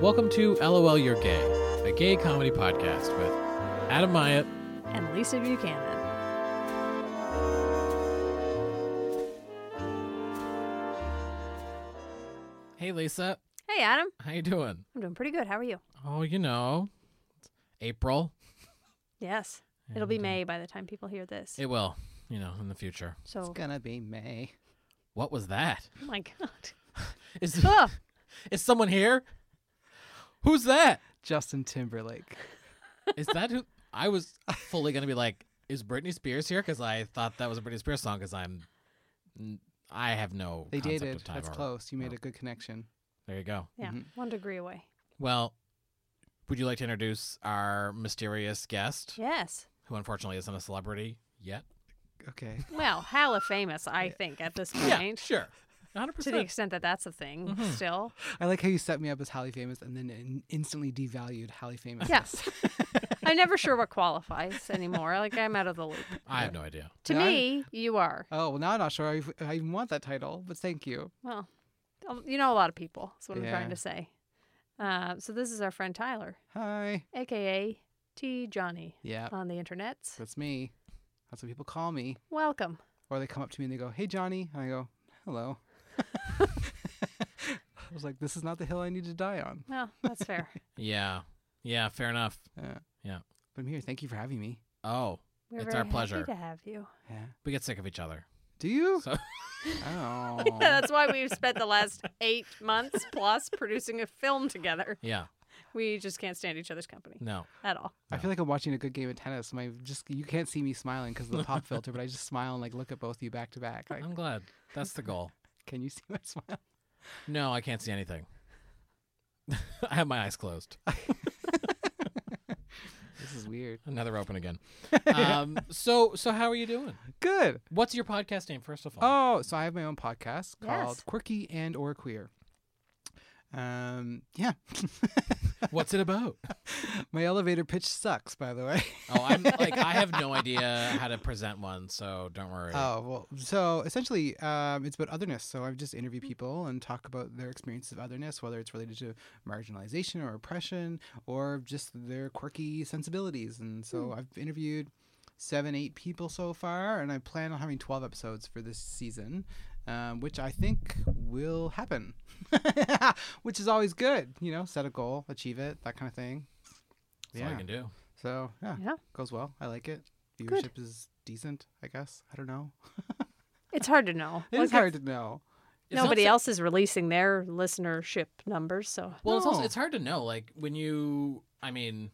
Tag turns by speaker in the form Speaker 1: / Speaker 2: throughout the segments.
Speaker 1: Welcome to LOL You're Gay, a gay comedy podcast with Adam Myatt.
Speaker 2: and Lisa Buchanan.
Speaker 1: Hey Lisa,
Speaker 2: Hey, Adam.
Speaker 1: how you doing?
Speaker 2: I'm doing pretty good. How are you?
Speaker 1: Oh, you know, it's April.
Speaker 2: Yes. It'll be May by the time people hear this.
Speaker 1: It will, you know, in the future.
Speaker 2: so,
Speaker 3: gonna be May.
Speaker 1: What was that?
Speaker 2: oh my God.
Speaker 1: Is
Speaker 2: Ugh.
Speaker 1: is someone here? Who's that?
Speaker 3: Justin Timberlake.
Speaker 1: Is that who? I was fully gonna be like, is Britney Spears here? Because I thought that was a Britney Spears song. Because I'm, n- I have no.
Speaker 3: They
Speaker 1: concept
Speaker 3: dated.
Speaker 1: Of Oh. time
Speaker 3: That's
Speaker 1: or-
Speaker 3: close. You made
Speaker 1: or-
Speaker 3: a good connection.
Speaker 1: There you go.
Speaker 2: Yeah,
Speaker 3: Mhm.
Speaker 2: one degree away.
Speaker 1: Well, would you like to introduce our mysterious guest,
Speaker 2: Yes.
Speaker 1: who unfortunately isn't a celebrity yet?
Speaker 3: Okay.
Speaker 2: Well, hella famous, I think, at this point.
Speaker 1: Yeah, sure. 100.
Speaker 2: To the
Speaker 1: percent
Speaker 2: extent that that's a thing
Speaker 3: Mm-hmm.
Speaker 2: still.
Speaker 3: I like how you set me up as Holly Famous and then in- instantly devalued Holly Famous.
Speaker 2: Yes. I'm never sure what qualifies anymore. Like, I'm out of the loop.
Speaker 1: I have no idea.
Speaker 2: To
Speaker 3: No, I'm-
Speaker 2: me, you are.
Speaker 3: Oh well, now I'm not sure I, ev- I even want that title, but thank you.
Speaker 2: Well, um, you know a lot of people. That's what I'm trying
Speaker 3: Yeah.
Speaker 2: to say. Uh, so, this is our friend Tyler,
Speaker 3: Hi.
Speaker 2: AKA T. Johnny
Speaker 3: Yeah,
Speaker 2: on the internets.
Speaker 3: that's me. That's what people call me,
Speaker 2: Welcome.
Speaker 3: or they come up to me and they go, "Hey Johnny," and I go, "Hello." I was like, "This is not the hill I need to die on."
Speaker 2: Well, that's fair.
Speaker 1: Yeah. Yeah. Fair enough.
Speaker 3: Yeah.
Speaker 1: Yeah.
Speaker 3: But I'm here. Thank you for having me.
Speaker 1: Oh,
Speaker 2: We're
Speaker 1: It's
Speaker 2: very
Speaker 1: our pleasure.
Speaker 2: happy to have you.
Speaker 3: Yeah.
Speaker 1: we get sick of each other.
Speaker 3: Do you?
Speaker 1: So-
Speaker 3: oh.
Speaker 2: that's why we've spent the last eight months plus producing a film together.
Speaker 1: Yeah.
Speaker 2: We just can't stand each other's company
Speaker 1: No.
Speaker 2: at all.
Speaker 3: I feel like I'm watching a good game of tennis. My just you can't see me smiling because of the pop filter, but I just smile and like look at both of you back to back. Like,
Speaker 1: I'm glad. That's the goal.
Speaker 3: can you see my smile?
Speaker 1: No, I can't see anything. I have my eyes closed.
Speaker 3: This is weird.
Speaker 1: Another open again. Um, so, so how are you doing?
Speaker 3: Good.
Speaker 1: What's your podcast name, first of all?
Speaker 3: Oh, so I have my own podcast called
Speaker 2: Yes.
Speaker 3: Quirky and or Queer. Um, yeah.
Speaker 2: Oh.
Speaker 1: What's it about?
Speaker 3: my elevator pitch sucks, by the way.
Speaker 1: Oh, I'm like I have no idea how to present one, so don't worry.
Speaker 3: Oh well, so essentially, um, it's about otherness. So I just interview people and talk about their experience of otherness, whether it's related to marginalization or oppression, or just their quirky sensibilities. And so I've interviewed seven, eight people so far, and I plan on having twelve episodes for this season, um, which I think will happen, which is always good. You know, set a goal, achieve it, that kind of thing.
Speaker 1: That's all you can do.
Speaker 3: So yeah,
Speaker 2: Yeah.
Speaker 3: goes well. I like it.
Speaker 2: Good.
Speaker 3: Viewership is decent, I guess. I don't know.
Speaker 2: It's hard to know.
Speaker 3: It
Speaker 2: Like,
Speaker 3: is hard to know.
Speaker 1: It's not
Speaker 2: Nobody
Speaker 1: so-
Speaker 2: else is releasing their listenership numbers, so
Speaker 1: Well, it's also
Speaker 3: No.
Speaker 1: it's hard to know. Like when you, I mean,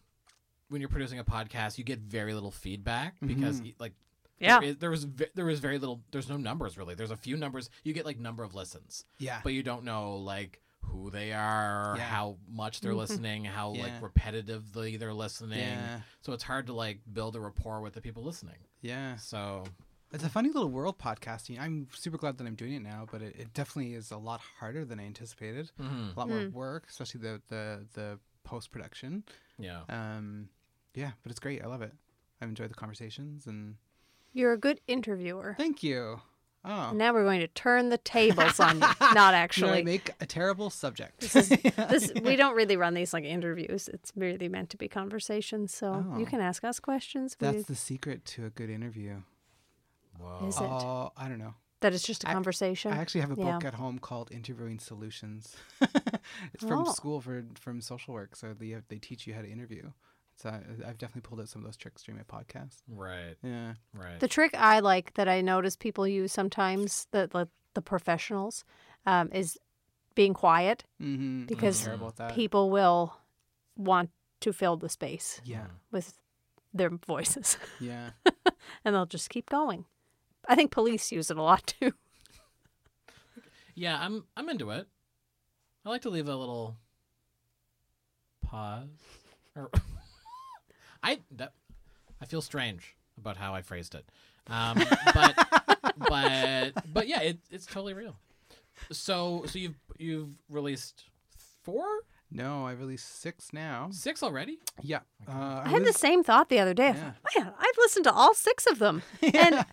Speaker 1: when you're producing a podcast, you get very little feedback
Speaker 3: Mm-hmm.
Speaker 1: because like
Speaker 2: yeah.
Speaker 1: there, is, there was ve- there was very little. There's no numbers really. There's a few numbers. You get like number of listens,
Speaker 3: Yeah.
Speaker 1: but you don't know like who they are,
Speaker 3: Ah. Yeah. Mm-hmm.
Speaker 1: how much they're listening, how like
Speaker 3: Yeah.
Speaker 1: repetitively they're listening.
Speaker 3: Yeah.
Speaker 1: So it's hard to like build a rapport with the people listening.
Speaker 3: yeah.
Speaker 1: So
Speaker 3: It's a funny little world podcasting. I'm super glad that I'm doing it now, but it, it definitely is a lot harder than I anticipated.
Speaker 1: mhm,
Speaker 3: A lot
Speaker 2: Hmm.
Speaker 3: more work, especially the the, the post production.
Speaker 1: yeah,
Speaker 3: Um, yeah, but it's great. I love it. I've enjoyed the conversations and
Speaker 2: You're a good interviewer.
Speaker 3: thank you. Oh,
Speaker 2: And now we're going to turn the tables on you. Not
Speaker 3: You know, I
Speaker 2: actually.
Speaker 3: make a terrible subject.
Speaker 2: this we don't really run these like interviews. It's really meant to be conversations. So you
Speaker 3: Oh.
Speaker 2: can ask us questions. We-
Speaker 3: That's the secret to a good interview.
Speaker 1: Whoa.
Speaker 2: Is it?
Speaker 3: Oh, I don't know.
Speaker 2: that it's just a
Speaker 3: I-
Speaker 2: conversation.
Speaker 3: I actually have a
Speaker 2: Yeah.
Speaker 3: book at home called Interviewing Solutions. it's from
Speaker 2: Oh.
Speaker 3: school for from social work, so they have- they teach you how to interview. So I, I've definitely pulled out some of those tricks during my podcast.
Speaker 1: right,
Speaker 3: Yeah.
Speaker 1: right.
Speaker 2: The trick I like that I notice people use sometimes that like the professionals um, is being quiet
Speaker 3: Mm-hmm.
Speaker 2: Because
Speaker 3: terrible at that.
Speaker 2: people will want to fill the space
Speaker 3: yeah,
Speaker 2: with their voices
Speaker 3: yeah.
Speaker 2: and they'll just keep going. I think police use it a lot too.
Speaker 1: Yeah, I'm I'm into it. I like to leave a little pause. Or I that, I feel strange about how I phrased it, um, but but but yeah, it, it's totally real. So so you've you've released four,
Speaker 3: No, I released six now.
Speaker 1: six already.
Speaker 3: Yeah, uh,
Speaker 2: I had the same thought the other day. I thought, Man, I've listened to all six of them, and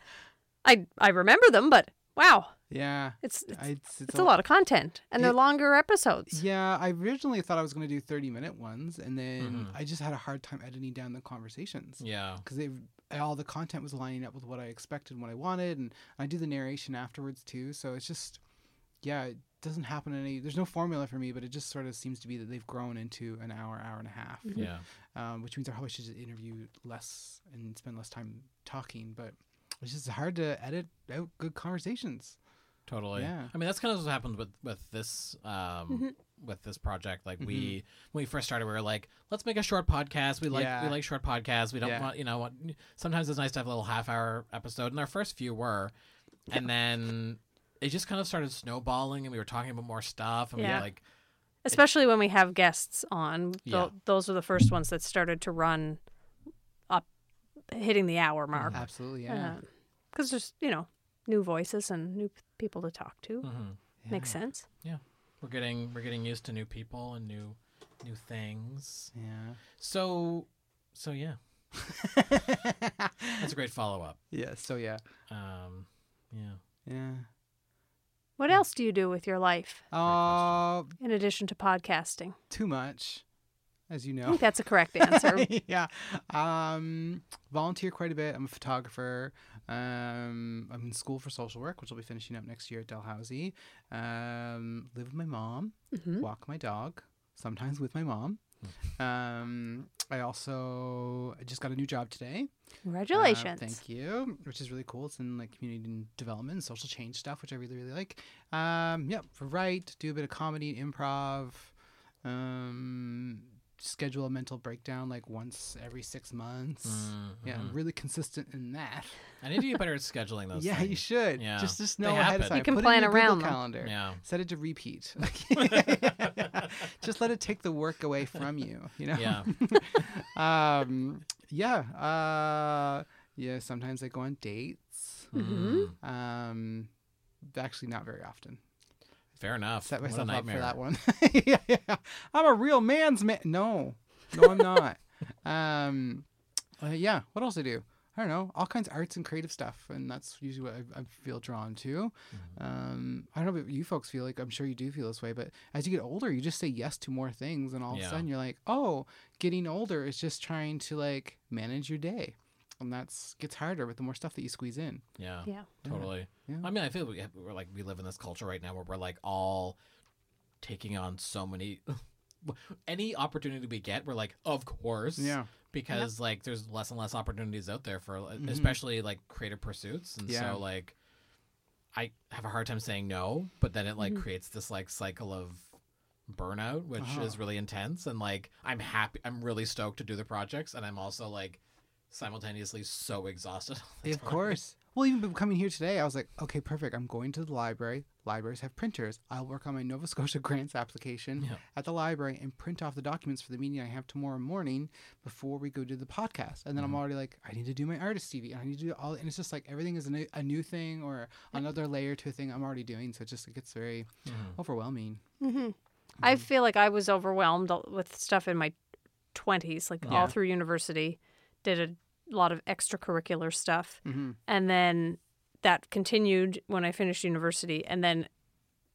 Speaker 2: I I remember them, but wow,
Speaker 3: Yeah.
Speaker 2: It's it's,
Speaker 3: I- It's,
Speaker 2: it's a lot of content, and they're
Speaker 3: It-
Speaker 2: longer episodes.
Speaker 3: Yeah, I originally thought I was going to do 30 minute ones, and then I just had a hard time editing down the conversations
Speaker 1: Yeah.
Speaker 3: because all the content was lining up with what I expected and what I wanted. And I do the narration afterwards too. So it's just, yeah, it doesn't happen in any, there's no formula for me, but it just sort of seems to be that they've grown into an hour, hour and a half,
Speaker 1: Yeah.
Speaker 3: um, which means I probably should just interview less and spend less time talking. But it's just hard to edit out good conversations.
Speaker 1: Totally.
Speaker 3: Yeah.
Speaker 1: I mean, that's kind of what happened with with this um with this project. Like we
Speaker 3: Mm-hmm.
Speaker 1: when we first started, we were like, let's make a short podcast. We like we
Speaker 3: Yeah.
Speaker 1: like short podcasts. We don't
Speaker 3: Yeah.
Speaker 1: want you know. want- Sometimes it's nice to have a little half hour episode, and our first few were, and then it just kind of started snowballing, and we were talking about more stuff, and we
Speaker 2: Yeah.
Speaker 1: were like,
Speaker 2: Especially when we have guests on.
Speaker 1: Yeah.
Speaker 2: Tho- Those were the first ones that started to run up, hitting the hour mark.
Speaker 3: Absolutely. Uh-huh. Yeah.
Speaker 2: Because there's, you know, new voices and new p- people to talk to.
Speaker 1: Mhm.
Speaker 2: Makes sense.
Speaker 1: yeah, we're getting we're getting used to new people and new new things.
Speaker 3: Yeah.
Speaker 1: So so yeah, that's a great follow up.
Speaker 3: Yeah. So, yeah.
Speaker 1: Um, yeah.
Speaker 3: Yeah.
Speaker 2: What else do you do with your life
Speaker 3: Uh,
Speaker 2: in addition to podcasting?
Speaker 3: too much, as you
Speaker 2: I
Speaker 3: know.
Speaker 2: think that's a correct answer.
Speaker 3: yeah. Um, volunteer quite a bit. I'm a photographer. Um, I'm in school for social work, which I'll be finishing up next year at Dalhousie. Um, live with my mom,
Speaker 2: Mhm.
Speaker 3: walk my dog, sometimes with my mom. Um, I also I just got a new job today. Uh,
Speaker 2: Congratulations.
Speaker 3: thank you, which is really cool. It's in like community and development, and social change stuff, which I really really like. Um, yep, write, do a bit of comedy, improv, um, schedule a mental breakdown like once every six months. Yeah, I'm really consistent in that.
Speaker 1: Mm-hmm. I need to get better at scheduling those.
Speaker 3: yeah,
Speaker 1: things.
Speaker 3: you should.
Speaker 1: Yeah.
Speaker 3: Just just
Speaker 1: They
Speaker 3: know
Speaker 1: happen.
Speaker 3: ahead of
Speaker 1: You
Speaker 3: time.
Speaker 2: can
Speaker 3: Put
Speaker 2: plan
Speaker 3: it in your
Speaker 2: around
Speaker 3: Google
Speaker 2: them.
Speaker 3: calendar.
Speaker 1: Yeah.
Speaker 3: Set it to repeat. just let it take the work away from you. You know
Speaker 1: Yeah.
Speaker 3: um yeah uh yeah sometimes i go on dates
Speaker 1: Mm.
Speaker 3: um actually not very often
Speaker 1: Fair enough.
Speaker 3: set
Speaker 1: What a
Speaker 3: myself up for
Speaker 1: nightmare.
Speaker 3: that one yeah, yeah. i'm a real man's man no no i'm not um uh, yeah what else i do i don't know all kinds of arts and creative stuff and that's usually what i, I feel drawn to
Speaker 1: Mm-hmm.
Speaker 3: um i don't know if you folks feel like i'm sure you do feel this way but as you get older you just say yes to more things and all
Speaker 1: Yeah.
Speaker 3: of a sudden you're like oh getting older is just trying to like manage your day and that's gets harder with the more stuff that you squeeze in
Speaker 1: Yeah.
Speaker 2: Yeah.
Speaker 1: Totally.
Speaker 3: Yeah.
Speaker 1: I mean, I feel we have, we're like we live in this culture right now where we're like all taking on so many. Any opportunity we get, we're like, of course.
Speaker 3: Yeah. Mm-hmm.
Speaker 1: Because like, there's less and less opportunities out there for, uh, especially like creative pursuits, and
Speaker 3: Yeah.
Speaker 1: so like, I have a hard time saying no, but then it like creates this like cycle of burnout, which
Speaker 3: Mm-hmm. Uh-huh.
Speaker 1: is really intense. And like, I'm happy, I'm really stoked to do the projects, and I'm also like simultaneously so exhausted. all the
Speaker 3: Of
Speaker 1: time.
Speaker 3: course. Well, even b- coming here today, I was like, okay, perfect. I'm going to the library. Libraries have printers. I'll work on my Nova Scotia grants application
Speaker 1: Yeah.
Speaker 3: at the library and print off the documents for the meeting I have tomorrow morning before we go do the podcast. And then I'm already like, I need to do my artist CV. and I need to do all. And it's just like everything is a new, a new thing or another layer to a thing I'm already doing. So it just it gets very overwhelming.
Speaker 2: I feel like I was overwhelmed al- with stuff in my 20s, like all through university, did a lot of extracurricular stuff. And then that continued when I finished university. And then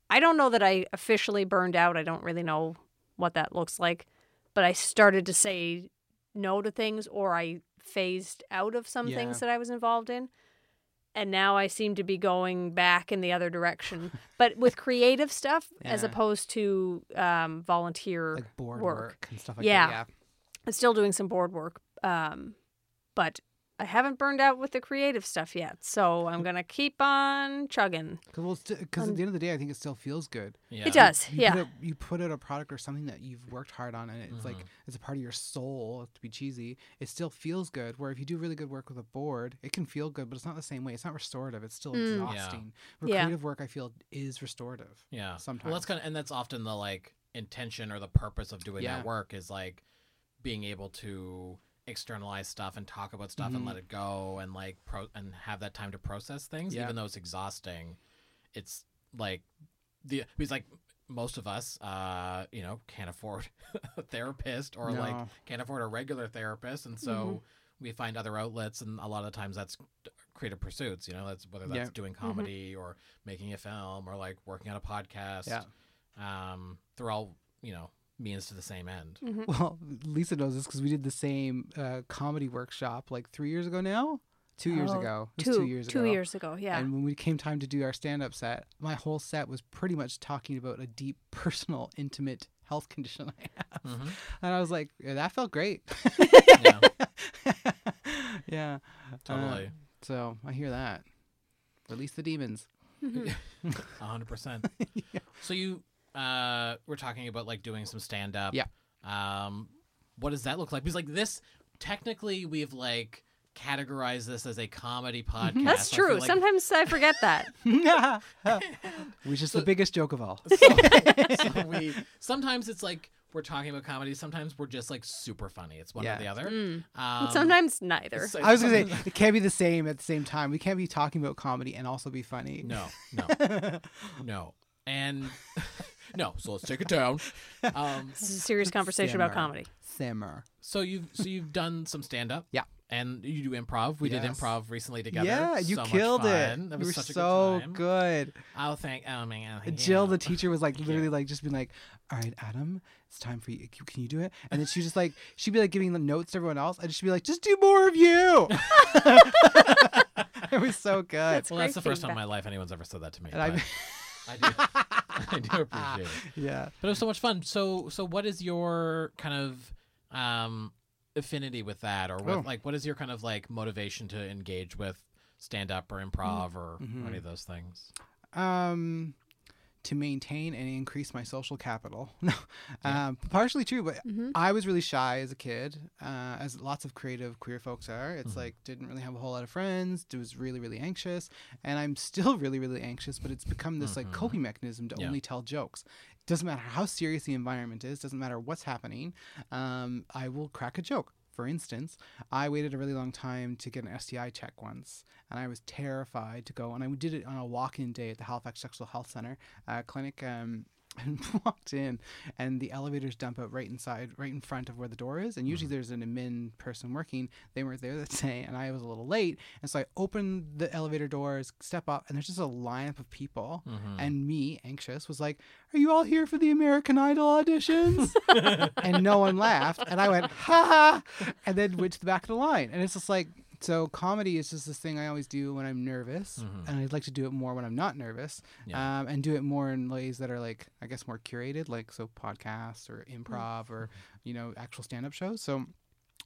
Speaker 2: I don't know that I officially burned out. I don't really know what that looks like, but I started to say no to things or I phased out of some
Speaker 3: Yeah.
Speaker 2: things that I was involved in. And now I seem to be going back in the other direction, but with creative stuff as
Speaker 3: Yeah.
Speaker 2: opposed to um, volunteer.
Speaker 3: Like board work,
Speaker 2: work.
Speaker 3: and stuff like
Speaker 2: Yeah.
Speaker 3: that.
Speaker 2: I'm still doing some board work, um, but I haven't burned out with the creative stuff yet. So I'm going to keep on chugging.
Speaker 3: Because well, because at the end of the day, I think it still feels good.
Speaker 1: Yeah.
Speaker 2: It does.
Speaker 3: you
Speaker 2: yeah.
Speaker 3: put out, you put out a product or something that you've worked hard on and it's like
Speaker 1: Mm-hmm.
Speaker 3: it's a part of your soul to be cheesy it still feels good where if you do really good work with a board it can feel good but it's not the same way it's not restorative it's still exhausting where
Speaker 2: Mm. Yeah.
Speaker 3: creative work i feel is restorative
Speaker 1: Yeah.
Speaker 3: sometimes
Speaker 1: Well, that's kind of, and that's often the like intention or the purpose of doing
Speaker 3: Yeah.
Speaker 1: that work is like being able to externalize stuff and talk about stuff
Speaker 3: Mm-hmm.
Speaker 1: and let it go and like pro and have that time to process things,
Speaker 3: Yeah.
Speaker 1: even though it's exhausting. It's like the because like most of us, uh, you know, can't afford a therapist or like
Speaker 3: No. Mm-hmm.
Speaker 1: can't afford a regular therapist, and so we find other outlets, and a lot of times that's creative pursuits. You know, that's whether that's
Speaker 3: Yeah. Mm-hmm.
Speaker 1: doing comedy or making a film or like working on a podcast.
Speaker 3: Yeah.
Speaker 1: Um, they're all you know means to the same end.
Speaker 3: Well, Lisa knows this because we did the same uh, comedy workshop like three years ago now, two years
Speaker 2: Oh,
Speaker 3: ago. It
Speaker 2: Two,
Speaker 3: was two years ago.
Speaker 2: years ago, yeah.
Speaker 3: And when we came time to do our stand up set, my whole set was pretty much talking about a deep, personal, intimate health condition I have.
Speaker 1: Mhm.
Speaker 3: And I was like, "Yeah, that felt great.
Speaker 1: yeah,
Speaker 3: yeah.
Speaker 1: totally,
Speaker 3: Uh, so I hear that. Release the demons.
Speaker 1: a hundred percent. So you uh, were talking about like doing some stand up.
Speaker 3: Yeah.
Speaker 1: Um, what does that look like? Because like this, technically, we've like categorized this as a comedy
Speaker 3: Mm-hmm.
Speaker 1: podcast.
Speaker 2: That's
Speaker 1: I feel
Speaker 2: true.
Speaker 1: like-
Speaker 2: Sometimes I forget that.
Speaker 3: Which is the biggest joke of all.
Speaker 1: so, so we sometimes it's like we're talking about comedy. Sometimes we're just like super funny. It's one
Speaker 3: Yeah.
Speaker 1: or the other.
Speaker 2: Mm.
Speaker 1: Um,
Speaker 2: Sometimes neither.
Speaker 1: so-
Speaker 3: I was going to say, it can't be the same at the same time. We can't be talking about comedy and also be funny.
Speaker 1: no, no, no, and no. So let's take it down. Um,
Speaker 2: This is a serious conversation about
Speaker 3: Stammer.
Speaker 2: comedy.
Speaker 3: Simmer.
Speaker 1: so you've so you've done some stand up.
Speaker 3: Yeah.
Speaker 1: And you do improv. We did
Speaker 3: Yes.
Speaker 1: improv recently together.
Speaker 3: Yeah, you
Speaker 1: So much
Speaker 3: killed
Speaker 1: fun.
Speaker 3: it.
Speaker 1: That
Speaker 3: you
Speaker 1: was
Speaker 3: were
Speaker 1: such a
Speaker 3: so
Speaker 1: good time.
Speaker 3: good.
Speaker 1: Oh, thank. Oh man. oh,
Speaker 3: Jill,
Speaker 1: yeah.
Speaker 3: the teacher, was like literally like just being like, "All right, Adam, it's time for you. Can can you do it?" And then she just like she'd be like giving the notes to everyone else, and she'd be like, "Just do more of you." it was so good.
Speaker 2: That's
Speaker 1: Well, that's
Speaker 2: great
Speaker 1: the first time in my
Speaker 2: feedback.
Speaker 1: life anyone's ever said that to me.
Speaker 3: And I-
Speaker 1: but I do. I do appreciate it.
Speaker 3: yeah.
Speaker 1: But it was so much fun. So so what is your kind of um affinity with that or with
Speaker 3: Oh.
Speaker 1: like what is your kind of like motivation to engage with stand up or improv or,
Speaker 3: Mm-hmm.
Speaker 1: or any of those things?
Speaker 3: um, to maintain and increase my social capital. No, um, partially true, but I was really shy as a kid, uh, as lots of creative queer folks are. It's like didn't really have a whole lot of friends. d- Was really really anxious, and I'm still really really anxious. But it's become this like coping mechanism to
Speaker 1: Yeah.
Speaker 3: only tell jokes. Doesn't matter how serious the environment is. Doesn't matter what's happening. Um, I will crack a joke. For instance, I waited a really long time to get an STI check once, and I was terrified to go. And I did it on a walk-in day at the Halifax Sexual Health Center uh, clinic. Um, and walked in, and the elevators dump out right inside, right in front of where the door is. And usually there's an admin person working. They weren't there that day, and I was a little late. And so I opened the elevator doors, step up, and there's just a lineup of people.
Speaker 1: Mm-hmm. Hmm.
Speaker 3: And me, anxious, was like, "Are you all here for the American Idol auditions?" and no one laughed. And I went, ha ha, and then went to the back of the line. And it's just like, so comedy is just this thing I always do when I'm nervous. And I'd like to do it more when I'm not nervous um, and do it more in ways that are like, I guess, more curated, like so podcasts or improv or, you know, actual stand up shows. So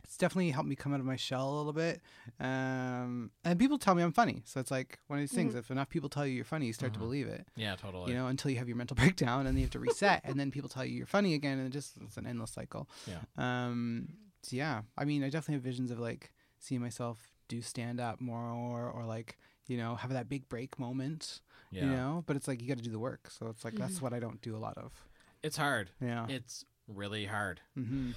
Speaker 3: it's definitely helped me come out of my shell a little bit. Um, and people tell me I'm funny. So it's like one of these things, if enough people tell you you're funny, you start to believe it
Speaker 1: Yeah, totally.
Speaker 3: you know, until you have your mental breakdown and then you have to reset, and then people tell you you're funny again, and it just it's an endless cycle.
Speaker 1: Yeah.
Speaker 3: Um. So yeah, I mean, I definitely have visions of like seeing myself do stand up more, or like you know have that big break moment.
Speaker 1: yeah.
Speaker 3: You know, but it's like you got to do the work, so it's like that's what I don't do a lot of.
Speaker 1: It's hard.
Speaker 3: Yeah.
Speaker 1: It's really hard.
Speaker 3: mm-hmm.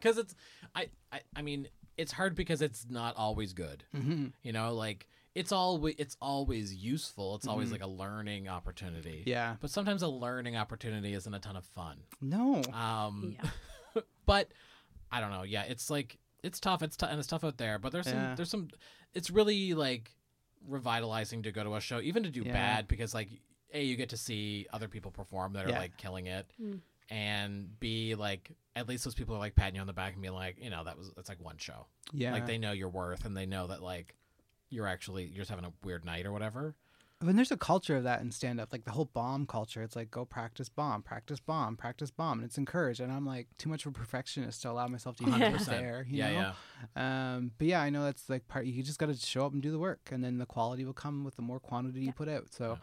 Speaker 1: Cuz it's I, I I mean, it's hard because it's not always good.
Speaker 3: Mm-hmm.
Speaker 1: You know, like it's always it's always useful. It's always
Speaker 3: Mhm.
Speaker 1: like a learning opportunity.
Speaker 3: Yeah.
Speaker 1: But sometimes a learning opportunity isn't a ton of fun.
Speaker 3: No.
Speaker 1: Um,
Speaker 2: Yeah.
Speaker 1: but I don't know. Yeah, it's like it's tough. It's tough and it's tough out there. But there's some
Speaker 3: Yeah.
Speaker 1: there's some. It's really like revitalizing to go to a show, even to do
Speaker 3: Yeah.
Speaker 1: bad, because like a you get to see other people perform that are
Speaker 3: Yeah.
Speaker 1: like killing it,
Speaker 2: Mm.
Speaker 1: and b like at least those people are like patting you on the back and being like, you know, that was that's like one show.
Speaker 3: Yeah.
Speaker 1: Like they know your worth and they know that like you're actually you're just having a weird night or whatever.
Speaker 3: When there's a culture of that in stand up, like the whole bomb culture, it's like go practice bomb, practice bomb, practice bomb, and it's encouraged. And I'm like too much of a perfectionist to allow myself to even get
Speaker 1: 100%.
Speaker 3: there. You
Speaker 1: yeah,
Speaker 3: know?
Speaker 1: yeah.
Speaker 3: Um, but yeah, I know that's like part. You just got to show up and do the work, and then the quality will come with the more quantity you put out. So,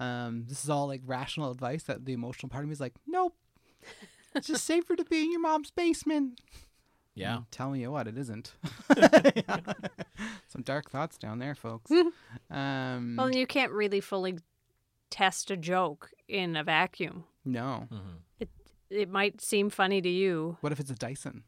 Speaker 3: um, this is all like rational advice that the emotional part of me is like, nope. It's just safer to be in your mom's basement.
Speaker 1: Yeah.
Speaker 3: I'm telling you what, it isn't. Some dark thoughts down there, folks. Um,
Speaker 2: Well, you can't really fully test a joke in a vacuum.
Speaker 3: no.
Speaker 2: It might seem funny to you,
Speaker 3: What if it's a Dyson?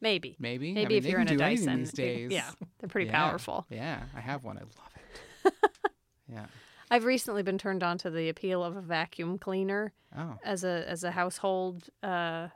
Speaker 2: maybe. Maybe
Speaker 3: Maybe. I mean,
Speaker 2: if
Speaker 3: they
Speaker 2: you're
Speaker 3: can
Speaker 2: in a
Speaker 3: do anything
Speaker 2: Dyson.
Speaker 3: these days.
Speaker 2: Yeah, they're pretty
Speaker 3: Yeah.
Speaker 2: powerful.
Speaker 3: Yeah, I have one. I love it. yeah.
Speaker 2: I've recently been turned on to the appeal of a vacuum cleaner
Speaker 3: Oh.
Speaker 2: as a as a household uh,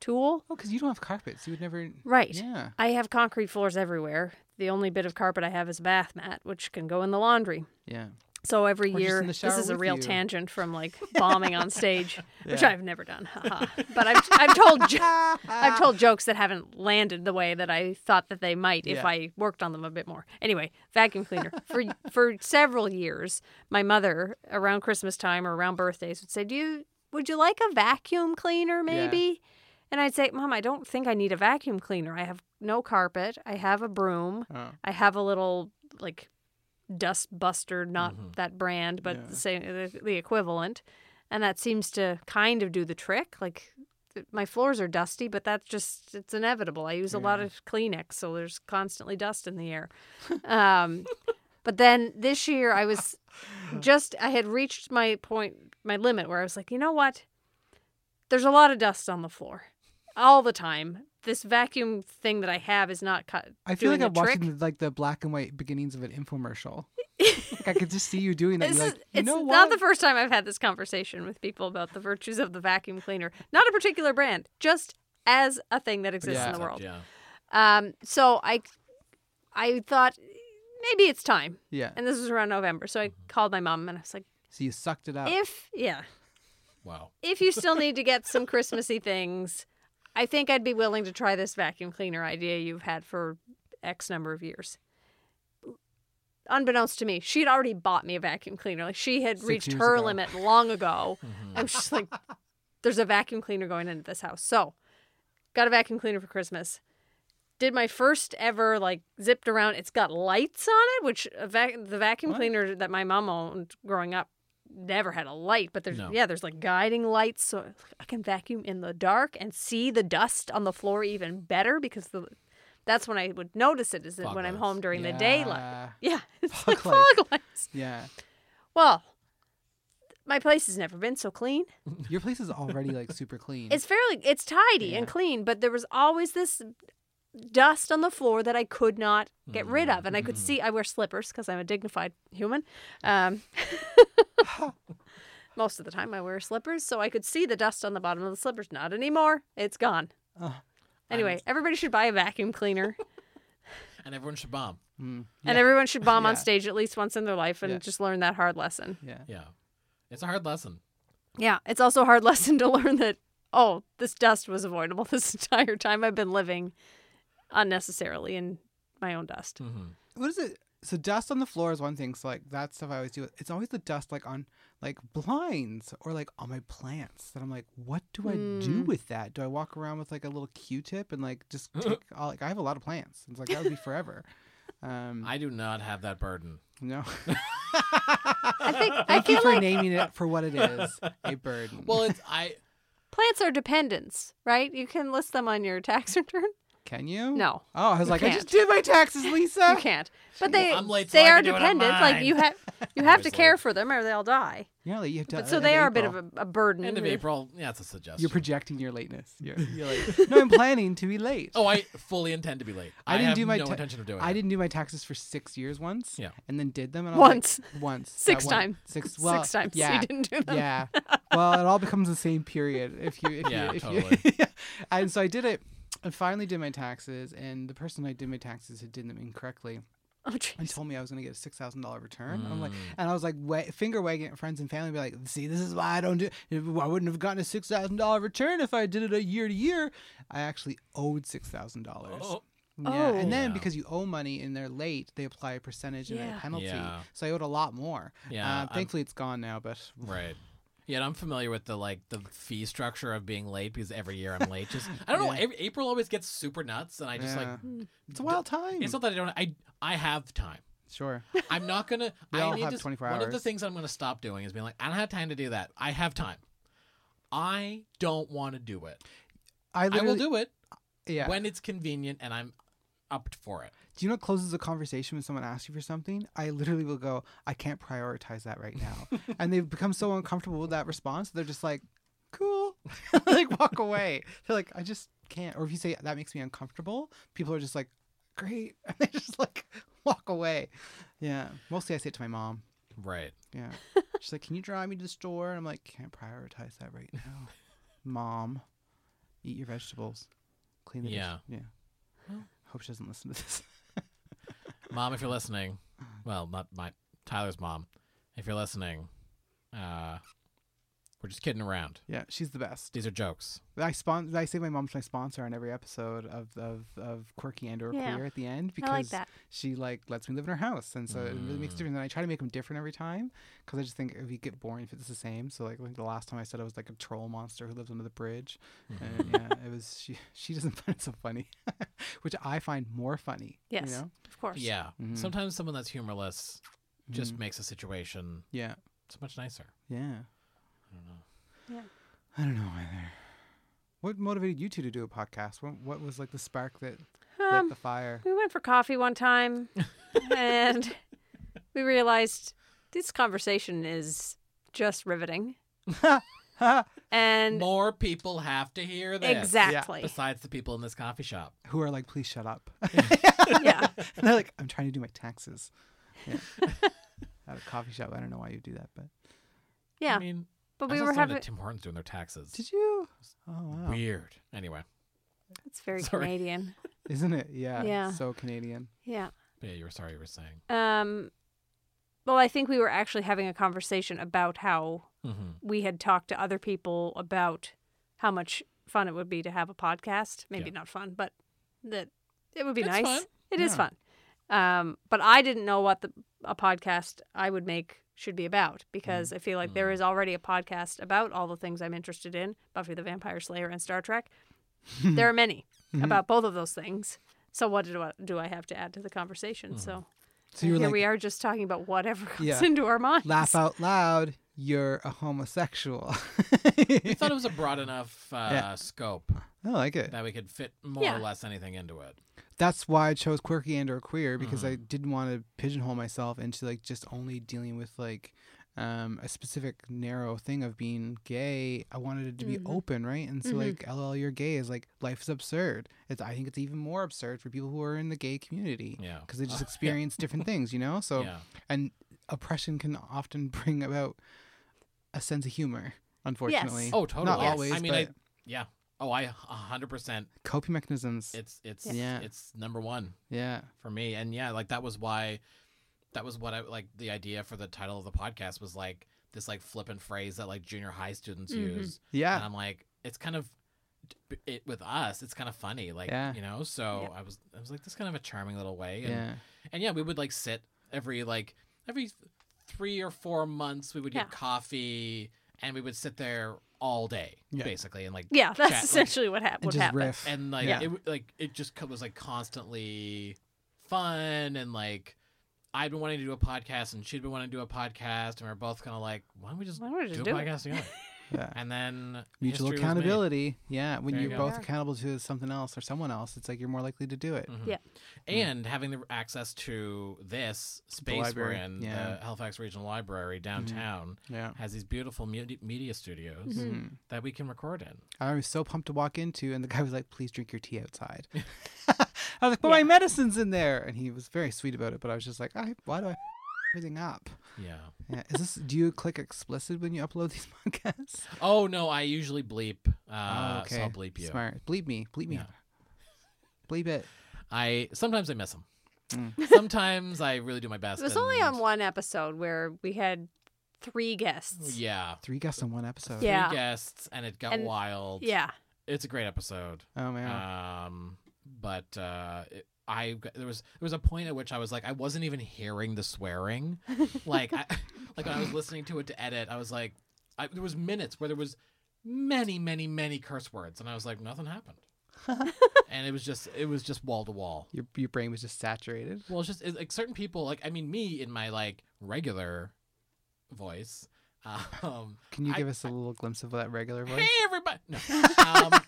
Speaker 2: tool.
Speaker 3: Oh, because you don't have carpets. You would never.
Speaker 2: Right.
Speaker 3: Yeah.
Speaker 2: I have concrete floors everywhere. the only bit of carpet I have is a bath mat, which can go in the laundry.
Speaker 3: Yeah.
Speaker 2: So every
Speaker 3: Or just
Speaker 2: year,
Speaker 3: in the
Speaker 2: this
Speaker 3: shower
Speaker 2: is a
Speaker 3: with
Speaker 2: real
Speaker 3: you.
Speaker 2: tangent from like bombing on stage, which
Speaker 3: Yeah.
Speaker 2: I've never done. haha. but I've, I've told jo-
Speaker 3: Uh,
Speaker 2: I've told jokes that haven't landed the way that I thought that they might if
Speaker 3: Yeah.
Speaker 2: I worked on them a bit more. Anyway, vacuum cleaner for for several years. My mother around Christmas time or around birthdays would say, "Do you would you like a vacuum cleaner maybe?" And I'd say, "Mom, I don't think I need a vacuum cleaner. I have no carpet. I have a broom."
Speaker 3: Oh.
Speaker 2: I have a little like dust buster, not
Speaker 1: Mhm.
Speaker 2: that brand, but
Speaker 3: Yeah.
Speaker 2: the same the, the equivalent, and that seems to kind of do the trick. Like th- my floors are dusty, but that's just it's inevitable. I use a lot
Speaker 3: Yeah.
Speaker 2: of Kleenex, so there's constantly dust in the air. Um, but then this year I was just I had reached my point my limit where I was like, you know what? There's a lot of dust on the floor all the time. This vacuum thing that I have is not cut.
Speaker 3: I feel
Speaker 2: doing
Speaker 3: like I'm
Speaker 2: the trick.
Speaker 3: watching like the black and white beginnings of an infomercial. like I could just see you doing that.
Speaker 2: This
Speaker 3: You're
Speaker 2: is,
Speaker 3: like, you
Speaker 2: it's
Speaker 3: know
Speaker 2: not
Speaker 3: what?
Speaker 2: the first time I've had this conversation with people about the virtues of the vacuum cleaner. Not a particular brand, just as a thing that exists in
Speaker 3: Yeah.
Speaker 2: the world.
Speaker 1: Yeah.
Speaker 2: Um, so I, I thought maybe it's time.
Speaker 3: yeah.
Speaker 2: And this was around November, so I called my mom and I was like,
Speaker 3: So you sucked it up.
Speaker 2: if yeah,
Speaker 1: Wow.
Speaker 2: if you still need to get some Christmassy things, I think I'd be willing to try this vacuum cleaner idea you've had for X number of years. Unbeknownst to me, she'd already bought me a vacuum cleaner. Like she had
Speaker 3: Six
Speaker 2: reached
Speaker 3: years
Speaker 2: her
Speaker 3: ago.
Speaker 2: limit long ago.
Speaker 1: Mhm.
Speaker 2: I was just like, there's a vacuum cleaner going into this house. So, got a vacuum cleaner for Christmas. Did my first ever like zipped around. It's got lights on it, which a vac- the vacuum
Speaker 3: What?
Speaker 2: cleaner that my mom owned growing up never had a light. But there's
Speaker 1: No.
Speaker 2: yeah, there's like guiding lights, so I can vacuum in the dark and see the dust on the floor even better because the that's when I would notice it is that
Speaker 1: Fog
Speaker 2: when I'm
Speaker 1: lights.
Speaker 2: home during the daylight.
Speaker 3: Yeah.
Speaker 2: Yeah, it's
Speaker 3: Fog
Speaker 2: like
Speaker 3: lights.
Speaker 2: fog lights.
Speaker 3: Yeah.
Speaker 2: Well, my place has never been so clean.
Speaker 3: Your place is already like super clean.
Speaker 2: It's fairly it's tidy and
Speaker 3: Yeah.
Speaker 2: clean, but there was always this dust on the floor that I could not get rid of, and I
Speaker 3: Mm.
Speaker 2: could see I wear slippers because I'm a dignified human. Um, most of the time, I wear slippers, so I could see the dust on the bottom of the slippers. Not anymore; it's gone.
Speaker 3: Oh.
Speaker 2: Anyway, everybody should buy a vacuum cleaner,
Speaker 1: And everyone should bomb.
Speaker 3: Mm.
Speaker 2: and everyone should bomb on
Speaker 3: Yeah.
Speaker 2: stage at least once in their life and
Speaker 3: Yeah.
Speaker 2: just learn that hard lesson.
Speaker 3: Yeah.
Speaker 1: Yeah. It's a hard lesson.
Speaker 2: Yeah, it's also a hard lesson to learn that oh, this dust was avoidable this entire time I've been living unnecessarily in my own dust.
Speaker 1: Mm-hmm.
Speaker 3: What is it? So dust on the floor is one thing. So like that stuff I always do. It's always the dust like on like blinds or like on my plants that I'm like, what do I do
Speaker 2: Mm.
Speaker 3: with that? Do I walk around with like a little Q-tip and like just take? all, like I have a lot of plants. It's like that would be forever. Um,
Speaker 1: I do not have that burden.
Speaker 3: no.
Speaker 2: I think I
Speaker 3: Thank you
Speaker 2: feel
Speaker 3: for
Speaker 2: like
Speaker 3: naming it for what it is, a burden.
Speaker 1: Well, it's I.
Speaker 2: plants are dependents, right? You can list them on your tax return.
Speaker 3: can you?
Speaker 2: No,
Speaker 3: Oh, I was
Speaker 2: You
Speaker 3: like, I just
Speaker 2: can't.
Speaker 3: did my taxes, Lisa.
Speaker 2: you can't. But they
Speaker 1: I'm late, so
Speaker 2: they
Speaker 1: I
Speaker 2: are
Speaker 1: can do it on
Speaker 2: dependent. Like
Speaker 1: mine.
Speaker 2: you have you have to
Speaker 1: Obviously. Uh,
Speaker 2: care for them or they'll die.
Speaker 3: Yeah, like, you have to.
Speaker 2: But so
Speaker 3: end
Speaker 2: they are a bit of
Speaker 3: April.
Speaker 2: a, a burden.
Speaker 1: End of April. Yeah, it's a suggestion.
Speaker 3: Mm-hmm. You're projecting your lateness. You're, you're like, no, I'm planning to be late.
Speaker 1: Oh, I fully intend to be late.
Speaker 3: I
Speaker 1: I,
Speaker 3: didn't
Speaker 1: have
Speaker 3: do my
Speaker 1: no
Speaker 3: ta-
Speaker 1: intention of doing.
Speaker 3: I
Speaker 1: it.
Speaker 3: didn't do my taxes for six years once.
Speaker 1: Yeah.
Speaker 3: And then did them and I was like,
Speaker 2: Once.
Speaker 3: once. that
Speaker 2: Six
Speaker 3: one-
Speaker 2: times.
Speaker 3: Six. Well,
Speaker 2: Six times
Speaker 3: Yeah.
Speaker 2: you didn't do them.
Speaker 3: yeah. Well, it all becomes the same period if you. If
Speaker 1: Yeah,
Speaker 3: you, if You,
Speaker 1: totally.
Speaker 3: and so I did it. I finally did my taxes, and the person I did my taxes had did them incorrectly.
Speaker 2: Oh,
Speaker 3: and
Speaker 2: jeez.
Speaker 3: told me I was going to get a six thousand dollar return. I'm
Speaker 1: Mm.
Speaker 3: like, and I was like, wa finger wagging at friends and family, be like, see, this is why I don't do. I wouldn't have gotten a six thousand dollar return if I did it a year to year. I actually owed six thousand dollars.
Speaker 1: Oh,
Speaker 3: Yeah,
Speaker 2: Oh.
Speaker 3: and then
Speaker 1: Yeah.
Speaker 3: because you owe money and they're late, they apply a percentage and
Speaker 2: Yeah.
Speaker 3: a penalty.
Speaker 1: Yeah.
Speaker 3: So I owed a lot more.
Speaker 1: Yeah,
Speaker 3: Um,
Speaker 1: I'm-
Speaker 3: thankfully, it's gone now. But
Speaker 1: right. Yeah, and I'm familiar with the like the fee structure of being late because every year I'm late. Just I don't know.
Speaker 3: Yeah.
Speaker 1: Every, April always gets super nuts, and I just
Speaker 3: Yeah.
Speaker 1: like
Speaker 2: Hmm.
Speaker 3: it's a wild time.
Speaker 1: it's not that I don't. I I have time.
Speaker 3: sure.
Speaker 1: I'm not gonna.
Speaker 3: We
Speaker 1: I
Speaker 3: all
Speaker 1: need
Speaker 3: have
Speaker 1: to,
Speaker 3: 24
Speaker 1: One of the
Speaker 3: hours.
Speaker 1: things I'm gonna stop doing is being like, I don't have time to do that. I have time. I don't want to do it.
Speaker 3: I,
Speaker 1: I will
Speaker 3: literally-
Speaker 1: do it
Speaker 3: Yeah.
Speaker 1: when it's convenient and I'm up for it.
Speaker 3: Do you know what closes a conversation when someone asks you for something? I literally will go, I can't prioritize that right now. and they've become so uncomfortable with that response, they're just like, cool. like, walk away. They're like, I just can't. Or if you say, that makes me uncomfortable, people are just like, great. And they just like walk away. Yeah. Mostly I say it to my mom.
Speaker 1: Right.
Speaker 3: Yeah. She's like, can you drive me to the store? And I'm like, can't prioritize that right now. Mom, eat your vegetables. Clean the dish."
Speaker 1: Yeah.
Speaker 3: Yeah. Hope she doesn't listen to this.
Speaker 1: mom, if you're listening, well, not my Tyler's mom. If you're listening, uh, we're just kidding around.
Speaker 3: Yeah, she's the best.
Speaker 1: These are jokes.
Speaker 3: I spon- I say my mom's my sponsor on every episode of of, of quirky and or
Speaker 2: Yeah.
Speaker 3: queer at the end because
Speaker 2: I like that.
Speaker 3: she like lets me live in her house, and so it really
Speaker 1: Mm.
Speaker 3: makes a difference. And I try to make them different every time because I just think if you get boring if it's the same. So like, like the last time I said I was like a troll monster who lives under the bridge, and
Speaker 1: Mm-hmm.
Speaker 3: yeah, it was she she doesn't find it so funny, which I find more funny.
Speaker 2: Yes,
Speaker 3: you know?
Speaker 2: of course. Mm-hmm.
Speaker 1: Yeah.
Speaker 3: Mhm.
Speaker 1: Sometimes someone that's humorless just
Speaker 3: Mhm.
Speaker 1: makes a situation
Speaker 3: yeah,
Speaker 1: so much nicer.
Speaker 3: yeah.
Speaker 1: I don't know.
Speaker 3: I don't know either. What motivated you two to do a podcast? What what was like the spark that lit
Speaker 2: Um,
Speaker 3: the fire?
Speaker 2: we went for coffee one time, and we realized this conversation is just riveting, and
Speaker 1: More people have to hear this.
Speaker 2: exactly,
Speaker 1: Besides the people in this coffee shop.
Speaker 3: Who are like, please shut up.
Speaker 2: yeah.
Speaker 3: And they're like, I'm trying to do my taxes. Yeah. At a coffee shop. I don't know why you do that, but
Speaker 2: Yeah,
Speaker 1: I mean,
Speaker 2: but
Speaker 1: I
Speaker 2: we
Speaker 1: saw
Speaker 2: were
Speaker 1: someone at
Speaker 2: having.
Speaker 1: Tim Hortons doing their taxes.
Speaker 3: did you? Oh wow.
Speaker 1: Weird. Anyway,
Speaker 2: It's very
Speaker 1: Sorry.
Speaker 2: Canadian.
Speaker 3: Isn't it? Yeah.
Speaker 2: Yeah.
Speaker 3: So Canadian.
Speaker 2: Yeah.
Speaker 1: but yeah, you were sorry you were saying.
Speaker 2: Um. Well, I think we were actually having a conversation about how
Speaker 1: Mm-hmm.
Speaker 2: we had talked to other people about how much fun it would be to have a podcast. Maybe
Speaker 1: Yeah.
Speaker 2: not fun, but that it would be
Speaker 1: It's
Speaker 2: nice.
Speaker 1: fun.
Speaker 2: It is
Speaker 3: Yeah.
Speaker 2: fun. Um, but I didn't know what the, a podcast I would make should be about because
Speaker 3: Mm.
Speaker 2: I feel like there is already a podcast about all the things I'm interested in Buffy the Vampire Slayer and Star Trek. there are many
Speaker 3: Mm-hmm.
Speaker 2: about both of those things. So what do I, do I have to add to the conversation? So,
Speaker 3: Mm. So you were
Speaker 2: here
Speaker 3: like
Speaker 2: we are just talking about whatever comes
Speaker 3: Yeah.
Speaker 2: into our minds.
Speaker 3: laugh out loud, you're a homosexual.
Speaker 1: We thought it was a broad enough uh,
Speaker 3: Yeah.
Speaker 1: scope
Speaker 3: I like it.
Speaker 1: that we could fit more
Speaker 2: Yeah.
Speaker 1: or less anything into it.
Speaker 3: That's why I chose quirky and or queer because
Speaker 1: Mm-hmm.
Speaker 3: I didn't want to pigeonhole myself into like just only dealing with like um, a specific narrow thing of being gay. I wanted it to
Speaker 1: Mm-hmm.
Speaker 3: be open, right? And so like LL you're gay is like life is absurd. It's I think it's even more absurd for people who are in the gay community.
Speaker 1: Yeah.
Speaker 3: Because they just experience different things, you know? So
Speaker 1: Yeah.
Speaker 3: and oppression can often bring about a sense of humor, unfortunately.
Speaker 1: Oh, totally.
Speaker 3: Not
Speaker 2: Yes.
Speaker 3: always.
Speaker 1: I mean, I,
Speaker 3: but
Speaker 1: yeah. Oh, I 100%.
Speaker 3: coping mechanisms.
Speaker 1: It's it's
Speaker 3: Yeah.
Speaker 1: it's number 1
Speaker 3: yeah.
Speaker 1: for me. And yeah, like that was why that was what I like the idea for the title of the podcast was like this like flippant phrase that like junior high students
Speaker 3: Mm-hmm.
Speaker 1: use.
Speaker 3: Yeah.
Speaker 1: And I'm like it's kind of it with us, it's kind of funny like,
Speaker 3: Yeah.
Speaker 1: you know. So I was I was like this is kind of a charming little way and
Speaker 3: yeah.
Speaker 1: and yeah, we would like sit every like every three or four months. We would get
Speaker 2: Yeah.
Speaker 1: coffee, and we would sit there all day,
Speaker 3: Yeah.
Speaker 1: basically, and like
Speaker 2: Yeah, that's
Speaker 1: chat, like-
Speaker 2: essentially what hap-
Speaker 3: And
Speaker 2: would
Speaker 3: just
Speaker 2: happen.
Speaker 3: riff.
Speaker 1: and like
Speaker 3: Yeah.
Speaker 1: it w- like it just co- was like constantly fun and like. I'd been wanting to do a podcast, and she'd been wanting to do a podcast, and we are both kind of like, why don't we just
Speaker 2: Why don't we just
Speaker 1: do,
Speaker 2: do
Speaker 1: a
Speaker 2: it?
Speaker 1: podcast together?
Speaker 3: yeah.
Speaker 1: And then
Speaker 3: mutual
Speaker 1: history was made.
Speaker 3: accountability. Yeah, when
Speaker 1: There you
Speaker 3: you're
Speaker 1: go.
Speaker 3: both
Speaker 2: Yeah.
Speaker 3: accountable to something else or someone else, it's like you're more likely to do it.
Speaker 1: Mhm.
Speaker 2: Yeah.
Speaker 1: And having the access to this space we're
Speaker 3: library,
Speaker 1: in,
Speaker 3: yeah. Mm-hmm.
Speaker 1: the Halifax Regional Library downtown,
Speaker 3: Yeah.
Speaker 1: has these beautiful medi- media studios
Speaker 3: Mm-hmm.
Speaker 1: that we can record in.
Speaker 3: I was so pumped to walk into, and the guy was like, "Please drink your tea outside." I was like, "But my medicine's in there," and he was very sweet about it. But I was just like, I, "Why do I f- everything up?"
Speaker 1: Yeah.
Speaker 3: Yeah. Is this? do you click explicit when you upload these podcasts?
Speaker 1: Oh no, I usually bleep. Uh,
Speaker 3: Oh,
Speaker 1: So I'll bleep you.
Speaker 3: Smart. Bleep me. Bleep me.
Speaker 1: Yeah.
Speaker 3: Bleep it.
Speaker 1: I sometimes I miss them.
Speaker 3: Mm.
Speaker 1: sometimes I really do my best.
Speaker 2: It was only
Speaker 1: and-
Speaker 2: on one episode where we had three guests.
Speaker 1: Yeah.
Speaker 3: Three guests on one episode.
Speaker 2: Yeah.
Speaker 1: Three guests, and it got
Speaker 2: And-
Speaker 1: wild.
Speaker 2: Yeah.
Speaker 1: It's a great episode.
Speaker 3: Oh man.
Speaker 1: Um, but uh, it, I got- there was there was a point at which I was like I wasn't even hearing the swearing, like I, like when I was listening to it to edit, I was like, I, there was minutes where there was many many many curse words, and I was like nothing happened, and it was just it was just wall to wall.
Speaker 3: your your brain was just saturated.
Speaker 1: Well, it's just it's like certain people, like I mean me in my like regular voice. Um,
Speaker 3: Can you
Speaker 1: I-
Speaker 3: give us a little glimpse of that regular voice?
Speaker 1: Hey everybody! No, um,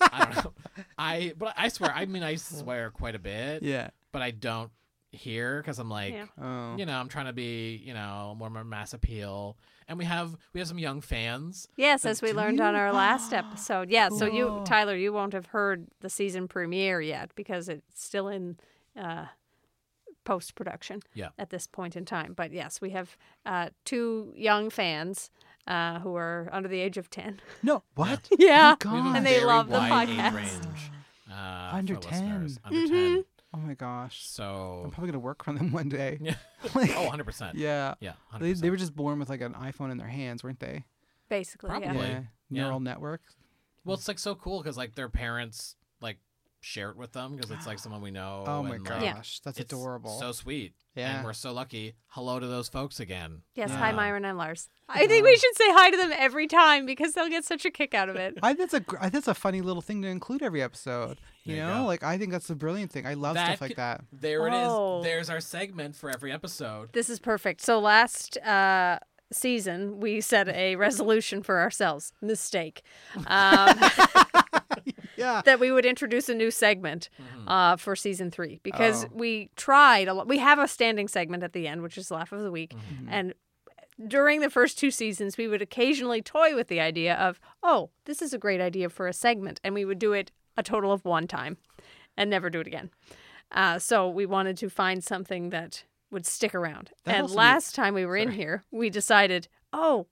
Speaker 1: I don't know. I but I swear. I mean, I swear quite a bit
Speaker 3: Yeah.
Speaker 1: but I don't hear because I'm like,
Speaker 2: Yeah.
Speaker 3: Oh.
Speaker 1: you know, I'm trying to be, you know, more my mass appeal. And we have we have some young fans.
Speaker 2: Yes, as we
Speaker 3: do
Speaker 2: learned on
Speaker 3: you?
Speaker 2: our last episode. Yeah. So you,
Speaker 3: Cool.
Speaker 2: Tyler, you won't have heard the season premiere yet because it's still in uh, post production.
Speaker 1: Yeah.
Speaker 2: At this point in time, but yes, we have uh, two young fans uh, who are under the age of ten.
Speaker 3: No. What?
Speaker 2: yeah.
Speaker 1: Oh
Speaker 3: God.
Speaker 2: Ah. And they
Speaker 1: very
Speaker 2: love the
Speaker 1: wide age
Speaker 2: podcast. Mm-hmm.
Speaker 1: range, uh,
Speaker 3: Under
Speaker 1: for
Speaker 3: 10.
Speaker 1: listeners. Under ten.
Speaker 3: Oh my gosh. I'm
Speaker 1: So,
Speaker 3: probably gonna work from them one day.
Speaker 1: yeah.
Speaker 3: Like,
Speaker 1: oh, 100%. Yeah,
Speaker 3: yeah.
Speaker 1: 100%.
Speaker 3: They, they were just born with like an iPhone in their hands, weren't they?
Speaker 2: Basically, yeah.
Speaker 1: Probably. Yeah.
Speaker 3: Neural network.
Speaker 1: Well, it's like so cool because like their parents like share it with them because it's like someone we know.
Speaker 3: Oh, my
Speaker 1: and,
Speaker 3: gosh,
Speaker 1: like,
Speaker 2: Yeah.
Speaker 3: that's
Speaker 1: it's
Speaker 3: adorable.
Speaker 1: So sweet.
Speaker 3: Yeah.
Speaker 1: And we're so lucky. Hello to those folks again.
Speaker 2: Yes, hi
Speaker 1: Yeah.
Speaker 2: Myron and Lars. I think we should say hi to them every time because they'll get such a kick out of it.
Speaker 3: I think that's a gr- I think that's a funny little thing to include every episode. You,
Speaker 1: There you
Speaker 3: know,
Speaker 1: go.
Speaker 3: like I think that's a brilliant thing. I love stuff
Speaker 1: That
Speaker 3: like
Speaker 1: could-
Speaker 3: that.
Speaker 1: There it
Speaker 2: Oh.
Speaker 1: is. There's our segment for every episode.
Speaker 2: This is perfect. So last uh, season we set a resolution for ourselves. Mistake. Um,
Speaker 3: Yeah.
Speaker 2: that we would introduce a new segment uh, for season three because
Speaker 3: Mm-hmm. Oh.
Speaker 2: we tried a lot. We have a standing segment at the end, which is laugh of the week,
Speaker 3: Mm-hmm.
Speaker 2: and during the first two seasons, we would occasionally toy with the idea of, oh, this is a great idea for a segment, and we would do it a total of one time, and never do it again. Uh, so we wanted to find something that would stick around.
Speaker 3: That
Speaker 2: and
Speaker 3: also need-
Speaker 2: last time we were in here, we decided, oh,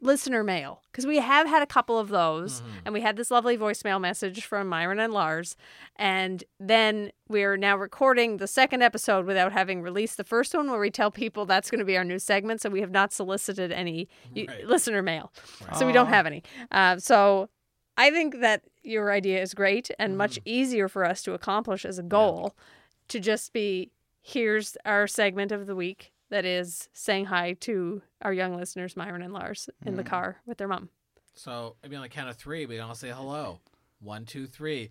Speaker 2: listener mail because we have had a couple of
Speaker 3: Mm-hmm.
Speaker 2: those
Speaker 1: Mm-hmm.
Speaker 2: and we had this lovely voicemail message from myron and lars and then we're now recording the second episode without having released the first one where we tell people that's going to be our new segment so we have not solicited any y
Speaker 1: Right.
Speaker 2: listener mail
Speaker 1: Right.
Speaker 2: so we don't
Speaker 3: Aw.
Speaker 2: have any uh, so i think that your idea is great and much easier for us to accomplish as a goal to just be here's our segment of the week that is saying hi to our young listeners, Myron and Lars, in the car with their mom.
Speaker 1: So, I mean, on the count of three, we can all say hello. One, two, three.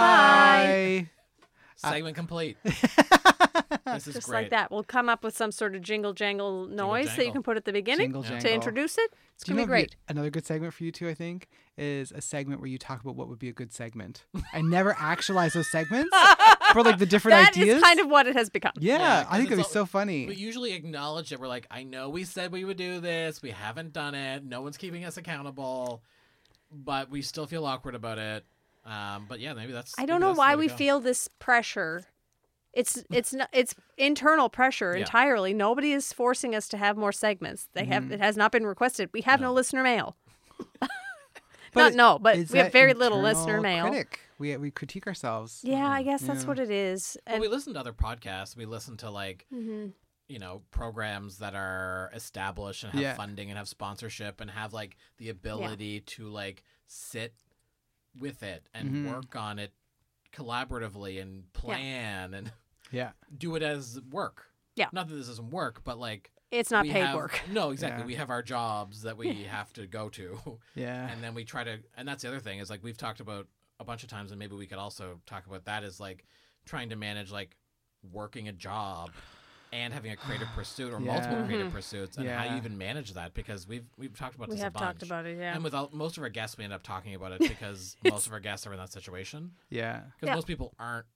Speaker 3: Hi.
Speaker 1: Segment complete. this is
Speaker 2: Just
Speaker 1: great.
Speaker 2: like that. We'll come up with some sort of jingle jangle noise that you
Speaker 1: jangle.
Speaker 2: can put at the beginning
Speaker 3: Jingle
Speaker 2: to
Speaker 3: jangle.
Speaker 2: introduce it. It's
Speaker 3: Do
Speaker 2: going to be
Speaker 3: you know what
Speaker 2: great.
Speaker 3: be- another good segment for you two, I think, is a segment where you talk about what would be a good segment. I never actualize those segments for like the different
Speaker 2: That is
Speaker 3: ideas.
Speaker 2: kind of what it has become.
Speaker 3: yeah,
Speaker 1: Yeah, 'cause
Speaker 3: I
Speaker 1: it's
Speaker 3: think that'd be
Speaker 1: all-
Speaker 3: so funny.
Speaker 1: We usually acknowledge that we're like, I know we said we would do this. We haven't done it. No one's keeping us accountable, but we still feel awkward about it. Um, but yeah, maybe that's.
Speaker 2: I
Speaker 1: maybe
Speaker 2: don't know
Speaker 1: that's the way
Speaker 2: why
Speaker 1: to
Speaker 2: we
Speaker 1: go.
Speaker 2: feel this pressure. It's it's not it's internal pressure
Speaker 1: Yeah.
Speaker 2: entirely. Nobody is forcing us to have more segments. They have it has not been requested. We have no,
Speaker 1: No.
Speaker 2: listener mail.
Speaker 3: But
Speaker 2: not
Speaker 3: it-
Speaker 2: no, but
Speaker 3: it's
Speaker 2: we have
Speaker 3: that
Speaker 2: very little
Speaker 3: internal
Speaker 2: listener mail.
Speaker 3: Critic. We we critique ourselves.
Speaker 2: Yeah, I guess that's
Speaker 3: Yeah.
Speaker 2: what it is.
Speaker 1: Well,
Speaker 2: And
Speaker 1: we listen to other podcasts. We listen to like
Speaker 2: Mhm.
Speaker 1: you know programs that are established and have
Speaker 3: Yeah.
Speaker 1: funding and have sponsorship and have like the ability to like sit with it and
Speaker 2: Mm-hmm.
Speaker 3: Mhm.
Speaker 1: work on it collaboratively and plan and
Speaker 3: Yeah.
Speaker 1: do it as work.
Speaker 2: Yeah.
Speaker 1: Not that this doesn't work, but like
Speaker 2: it's not
Speaker 1: we
Speaker 2: paid
Speaker 1: have-
Speaker 2: work.
Speaker 1: No, exactly.
Speaker 3: Yeah.
Speaker 1: We have our jobs that we have to go to,
Speaker 3: Yeah.
Speaker 1: and then we try to. And that's the other thing is like we've talked about a bunch of times, and maybe we could also talk about that is like trying to manage like working a job and having a creative pursuit or multiple
Speaker 3: Yeah.
Speaker 1: creative pursuits and how
Speaker 3: Yeah.
Speaker 1: you even manage that because we've we've talked about
Speaker 2: We
Speaker 1: this
Speaker 2: have
Speaker 1: a bunch.
Speaker 2: talked about it, yeah.
Speaker 1: And with all, most of our guests, we end up talking about it because most of our guests are in that situation
Speaker 3: yeah.
Speaker 1: because
Speaker 2: Yeah.
Speaker 1: most people aren't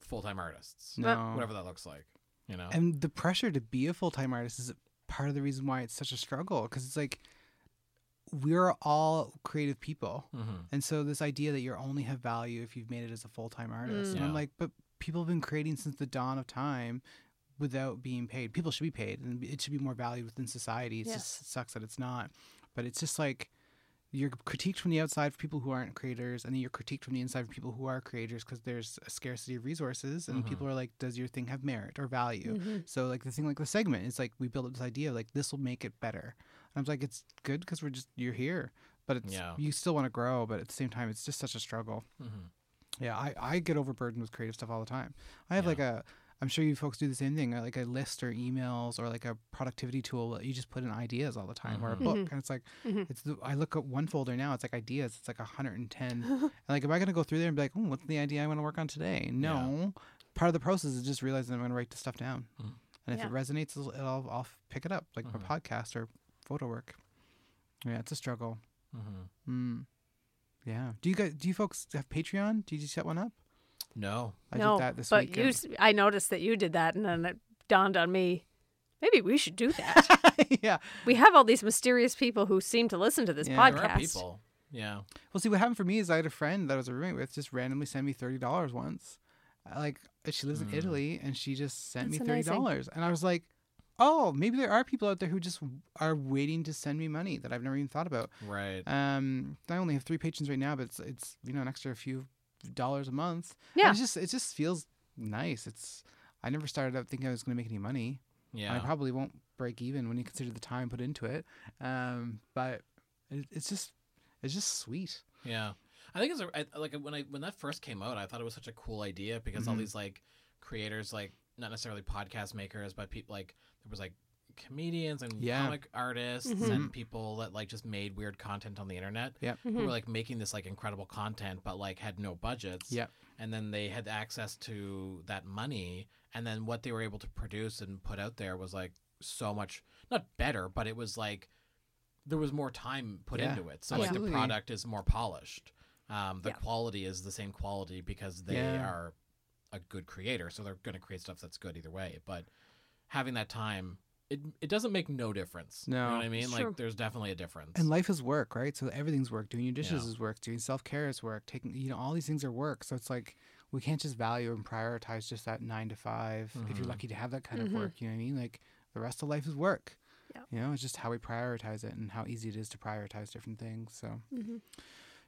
Speaker 1: full time artists,
Speaker 3: No.
Speaker 1: whatever that looks like. You know,
Speaker 3: And the pressure to be a full time artist is part of the reason why it's such a struggle because it's like we're all creative people.
Speaker 1: mm-hmm.
Speaker 3: And so this idea that you only have value if you've made it as a full time artist. And
Speaker 1: Yeah.
Speaker 3: I'm like, but people have been creating since the dawn of time without being paid. People should be paid and it should be more valued within society. It
Speaker 2: Yeah.
Speaker 3: just it sucks that it's not. But it's just like you're critiqued from the outside for people who aren't creators, and then you're critiqued from the inside for people who are creators because there's a scarcity of resources, and
Speaker 1: Mhm.
Speaker 3: people are like, "Does your thing have merit or value?"
Speaker 2: Mhm.
Speaker 3: So like the thing like the segment is like we build up this idea like this will make it better. And I was like, it's good because we're just you're here, but it's
Speaker 1: Yeah.
Speaker 3: you still want to grow, but at the same time, it's just such a struggle.
Speaker 1: Mm-hmm.
Speaker 3: Yeah, I I get overburdened with creative stuff all the time. I have
Speaker 1: Yeah.
Speaker 3: like a I'm sure you folks do the same thing, uh, like a list or emails or like a productivity tool that you just put in ideas all the time or a
Speaker 1: Mhm.
Speaker 3: book. And it's like, it's the, I look at one folder now, it's like ideas, it's like 110. and like, am I going to go through there and be like, oh, what's the idea I want to work on today? No. Part of the process is just realizing I'm going to write this stuff down.
Speaker 1: Mhm.
Speaker 3: And if it
Speaker 2: Yeah.
Speaker 3: resonates, it'll, I'll, I'll pick it up, like
Speaker 1: Mhm.
Speaker 3: my podcast or photo work. Yeah, it's a struggle.
Speaker 1: Mm-hmm.
Speaker 3: Mm. Yeah. Do you guys, do you folks have Patreon? Do you just set one up?
Speaker 1: No,
Speaker 3: I
Speaker 2: no,
Speaker 3: did that this
Speaker 2: but
Speaker 3: week.
Speaker 2: you, s- I noticed that you did that, and then it dawned on me. Maybe we should do that.
Speaker 3: yeah.
Speaker 2: we have all these mysterious people who seem to listen to this
Speaker 3: Yeah.
Speaker 1: there are
Speaker 2: podcast.
Speaker 1: people. Yeah.
Speaker 3: Well, see, what happened for me is I had a friend that I was a roommate with just randomly send me thirty dollars once. Uh, Like she lives in Italy, and she just sent
Speaker 2: That's
Speaker 3: me thirty
Speaker 2: amazing.
Speaker 3: dollars, and I was like, "Oh, maybe there are people out there who just are waiting to send me money that I've never even thought about."
Speaker 1: Right.
Speaker 3: Um, I only have three patrons right now, but it's it's you know an extra few dollars a month.
Speaker 2: Yeah.
Speaker 3: it's just it just feels nice. It's I never started out thinking I was going to make any money.
Speaker 1: Yeah.
Speaker 3: I probably won't break even when you consider the time put into it. Um, but it, it's just it's just sweet.
Speaker 1: Yeah, I think it's a I, like when I when that first came out, I thought it was such a cool idea because all
Speaker 3: Mhm.
Speaker 1: these like creators, like not necessarily podcast makers, but people like there was like comedians and
Speaker 3: Yeah.
Speaker 1: comic artists
Speaker 2: Mhm.
Speaker 1: and people that like just made weird content on the internet.
Speaker 3: Yep.
Speaker 1: Who
Speaker 2: Mhm.
Speaker 1: were like making this like incredible content, but like had no budgets.
Speaker 3: Yep.
Speaker 1: And then they had access to that money, and then what they were able to produce and put out there was like so much not better, but it was like there was more time put
Speaker 3: Yeah,
Speaker 1: into it. So like
Speaker 3: absolutely.
Speaker 1: the product is more polished. Um, the
Speaker 2: Yeah.
Speaker 1: quality is the same quality because they
Speaker 3: Yeah.
Speaker 1: are a good creator, so they're going to create stuff that's good either way. But having that time, it it doesn't make no difference. you know
Speaker 3: No.
Speaker 1: what I mean,
Speaker 2: It's
Speaker 1: like
Speaker 2: true.
Speaker 1: there's definitely a difference.
Speaker 3: And life is work, right? So everything's work. Doing your dishes
Speaker 1: Yeah.
Speaker 3: is work. Doing self care is work. Taking, you know, all these things are work. So it's like we can't just value and prioritize just that nine to 5 If you're
Speaker 1: Mhm.
Speaker 3: lucky to have that kind of
Speaker 2: Mhm.
Speaker 3: work, you know what I mean? Like the rest of life is work.
Speaker 2: Yeah.
Speaker 3: You know, it's just how we prioritize it and how easy it is to prioritize different things. So
Speaker 2: Mhm.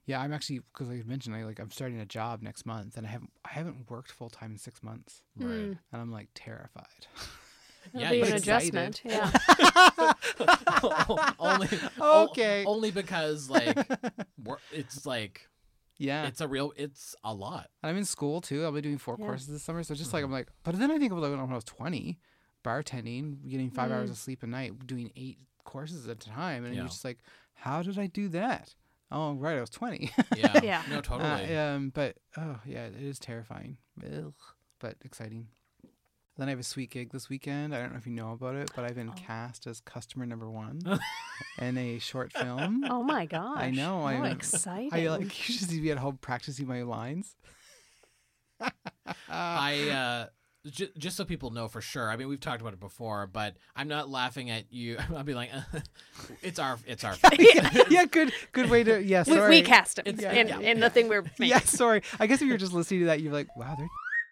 Speaker 3: yeah, I'm actually because like I mentioned, I like I'm starting a job next month, and I haven't I haven't worked full time in six months,
Speaker 1: Right.
Speaker 2: Mm.
Speaker 3: and I'm like terrified.
Speaker 2: It'll
Speaker 1: Yeah,
Speaker 2: be
Speaker 1: you
Speaker 2: an
Speaker 1: should-
Speaker 2: adjustment. Yeah.
Speaker 1: only o-
Speaker 3: Okay.
Speaker 1: only because Oh, like wor- it's like
Speaker 3: yeah,
Speaker 1: it's a real it's a lot.
Speaker 3: And I'm in school too. I'll be doing four
Speaker 2: Yeah.
Speaker 3: courses this summer. So it's just like I'm
Speaker 1: Uh-huh.
Speaker 3: like, but then I think about like when I was 20, bartending, getting five hours of sleep a night, doing eight courses at a time, and
Speaker 1: Mm. Yeah.
Speaker 3: you're just like, how did I do that? Oh right, I was 20.
Speaker 1: Yeah.
Speaker 2: Yeah.
Speaker 1: No,
Speaker 3: Uh,
Speaker 1: totally.
Speaker 3: um, but oh yeah, it is terrifying, Ugh. but exciting. Then I have a sweet gig this weekend. I don't know if you know about it, but I've been
Speaker 1: Oh.
Speaker 3: cast as customer number one in a short film.
Speaker 2: Oh my gosh.
Speaker 3: know,
Speaker 2: How
Speaker 3: I'm- I, uh,
Speaker 2: exciting.
Speaker 3: I like you should see me at home practicing my lines.
Speaker 1: I uh, j- just so people know for sure. I mean, we've talked about it before, but I'm not laughing at you. I'll be like, it's our, it's our.
Speaker 3: yeah, good good way to yeah.
Speaker 2: we,
Speaker 3: Sorry.
Speaker 2: we cast him
Speaker 1: Yeah.
Speaker 2: in,
Speaker 1: Yeah.
Speaker 2: in the thing we're making.
Speaker 3: Yeah, sorry. I guess if you're just listening to that, you're like, wow, they're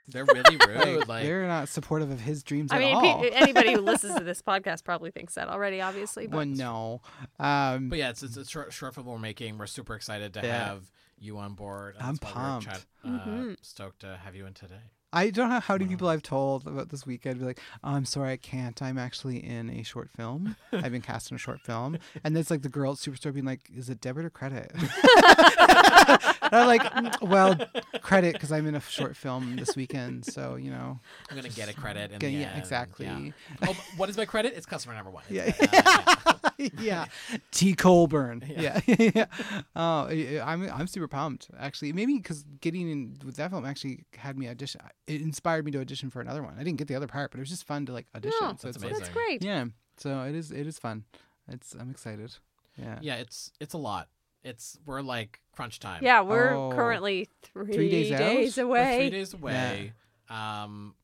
Speaker 1: They're really rude.
Speaker 3: like,
Speaker 1: Like,
Speaker 3: they're not supportive of his dreams
Speaker 2: I mean,
Speaker 3: at
Speaker 2: pe-
Speaker 3: all.
Speaker 2: anybody who listens to this podcast probably thinks that already, obviously. But
Speaker 3: well, no. Um,
Speaker 1: but yeah, it's it's a short, short film we're making. We're super excited to
Speaker 3: Yeah.
Speaker 1: have you on board. and
Speaker 3: I'm
Speaker 1: that's why we're
Speaker 3: pumped.
Speaker 1: chat- uh, Stoked to have you in today.
Speaker 3: I don't know how many people I've told about this weekend. Be like, oh, I'm sorry, I can't. I'm actually in a short film. I've been cast in a short film, and it's like the girl at Superstore being like, "Is it debit or credit?" and I'm like, "Mm, "Well, credit, because I'm in a short film this weekend. So you know,
Speaker 1: I'm gonna get a credit. In
Speaker 3: yeah,
Speaker 1: the
Speaker 3: yeah,
Speaker 1: end.
Speaker 3: exactly."
Speaker 1: Yeah. Oh, but what is my credit? It's customer number one.
Speaker 3: Yeah.
Speaker 1: Uh, yeah.
Speaker 3: yeah. T. Colburn. Yeah. yeah. Oh, I- I- I'm I'm super pumped actually. Maybe because getting in with that film actually had me audition. It inspired me to audition for another one. I didn't get the other part, but it was just fun to like audition.
Speaker 2: No,
Speaker 3: so
Speaker 1: That's
Speaker 3: it's
Speaker 1: amazing.
Speaker 3: like,
Speaker 2: that's great.
Speaker 3: yeah. So it is it is fun. It's I'm excited. Yeah.
Speaker 1: Yeah, it's it's a lot. It's we're like crunch time.
Speaker 2: Yeah, we're
Speaker 3: Oh.
Speaker 2: currently three,
Speaker 3: days out?
Speaker 2: days
Speaker 1: We're
Speaker 2: away.
Speaker 1: three days away. Um,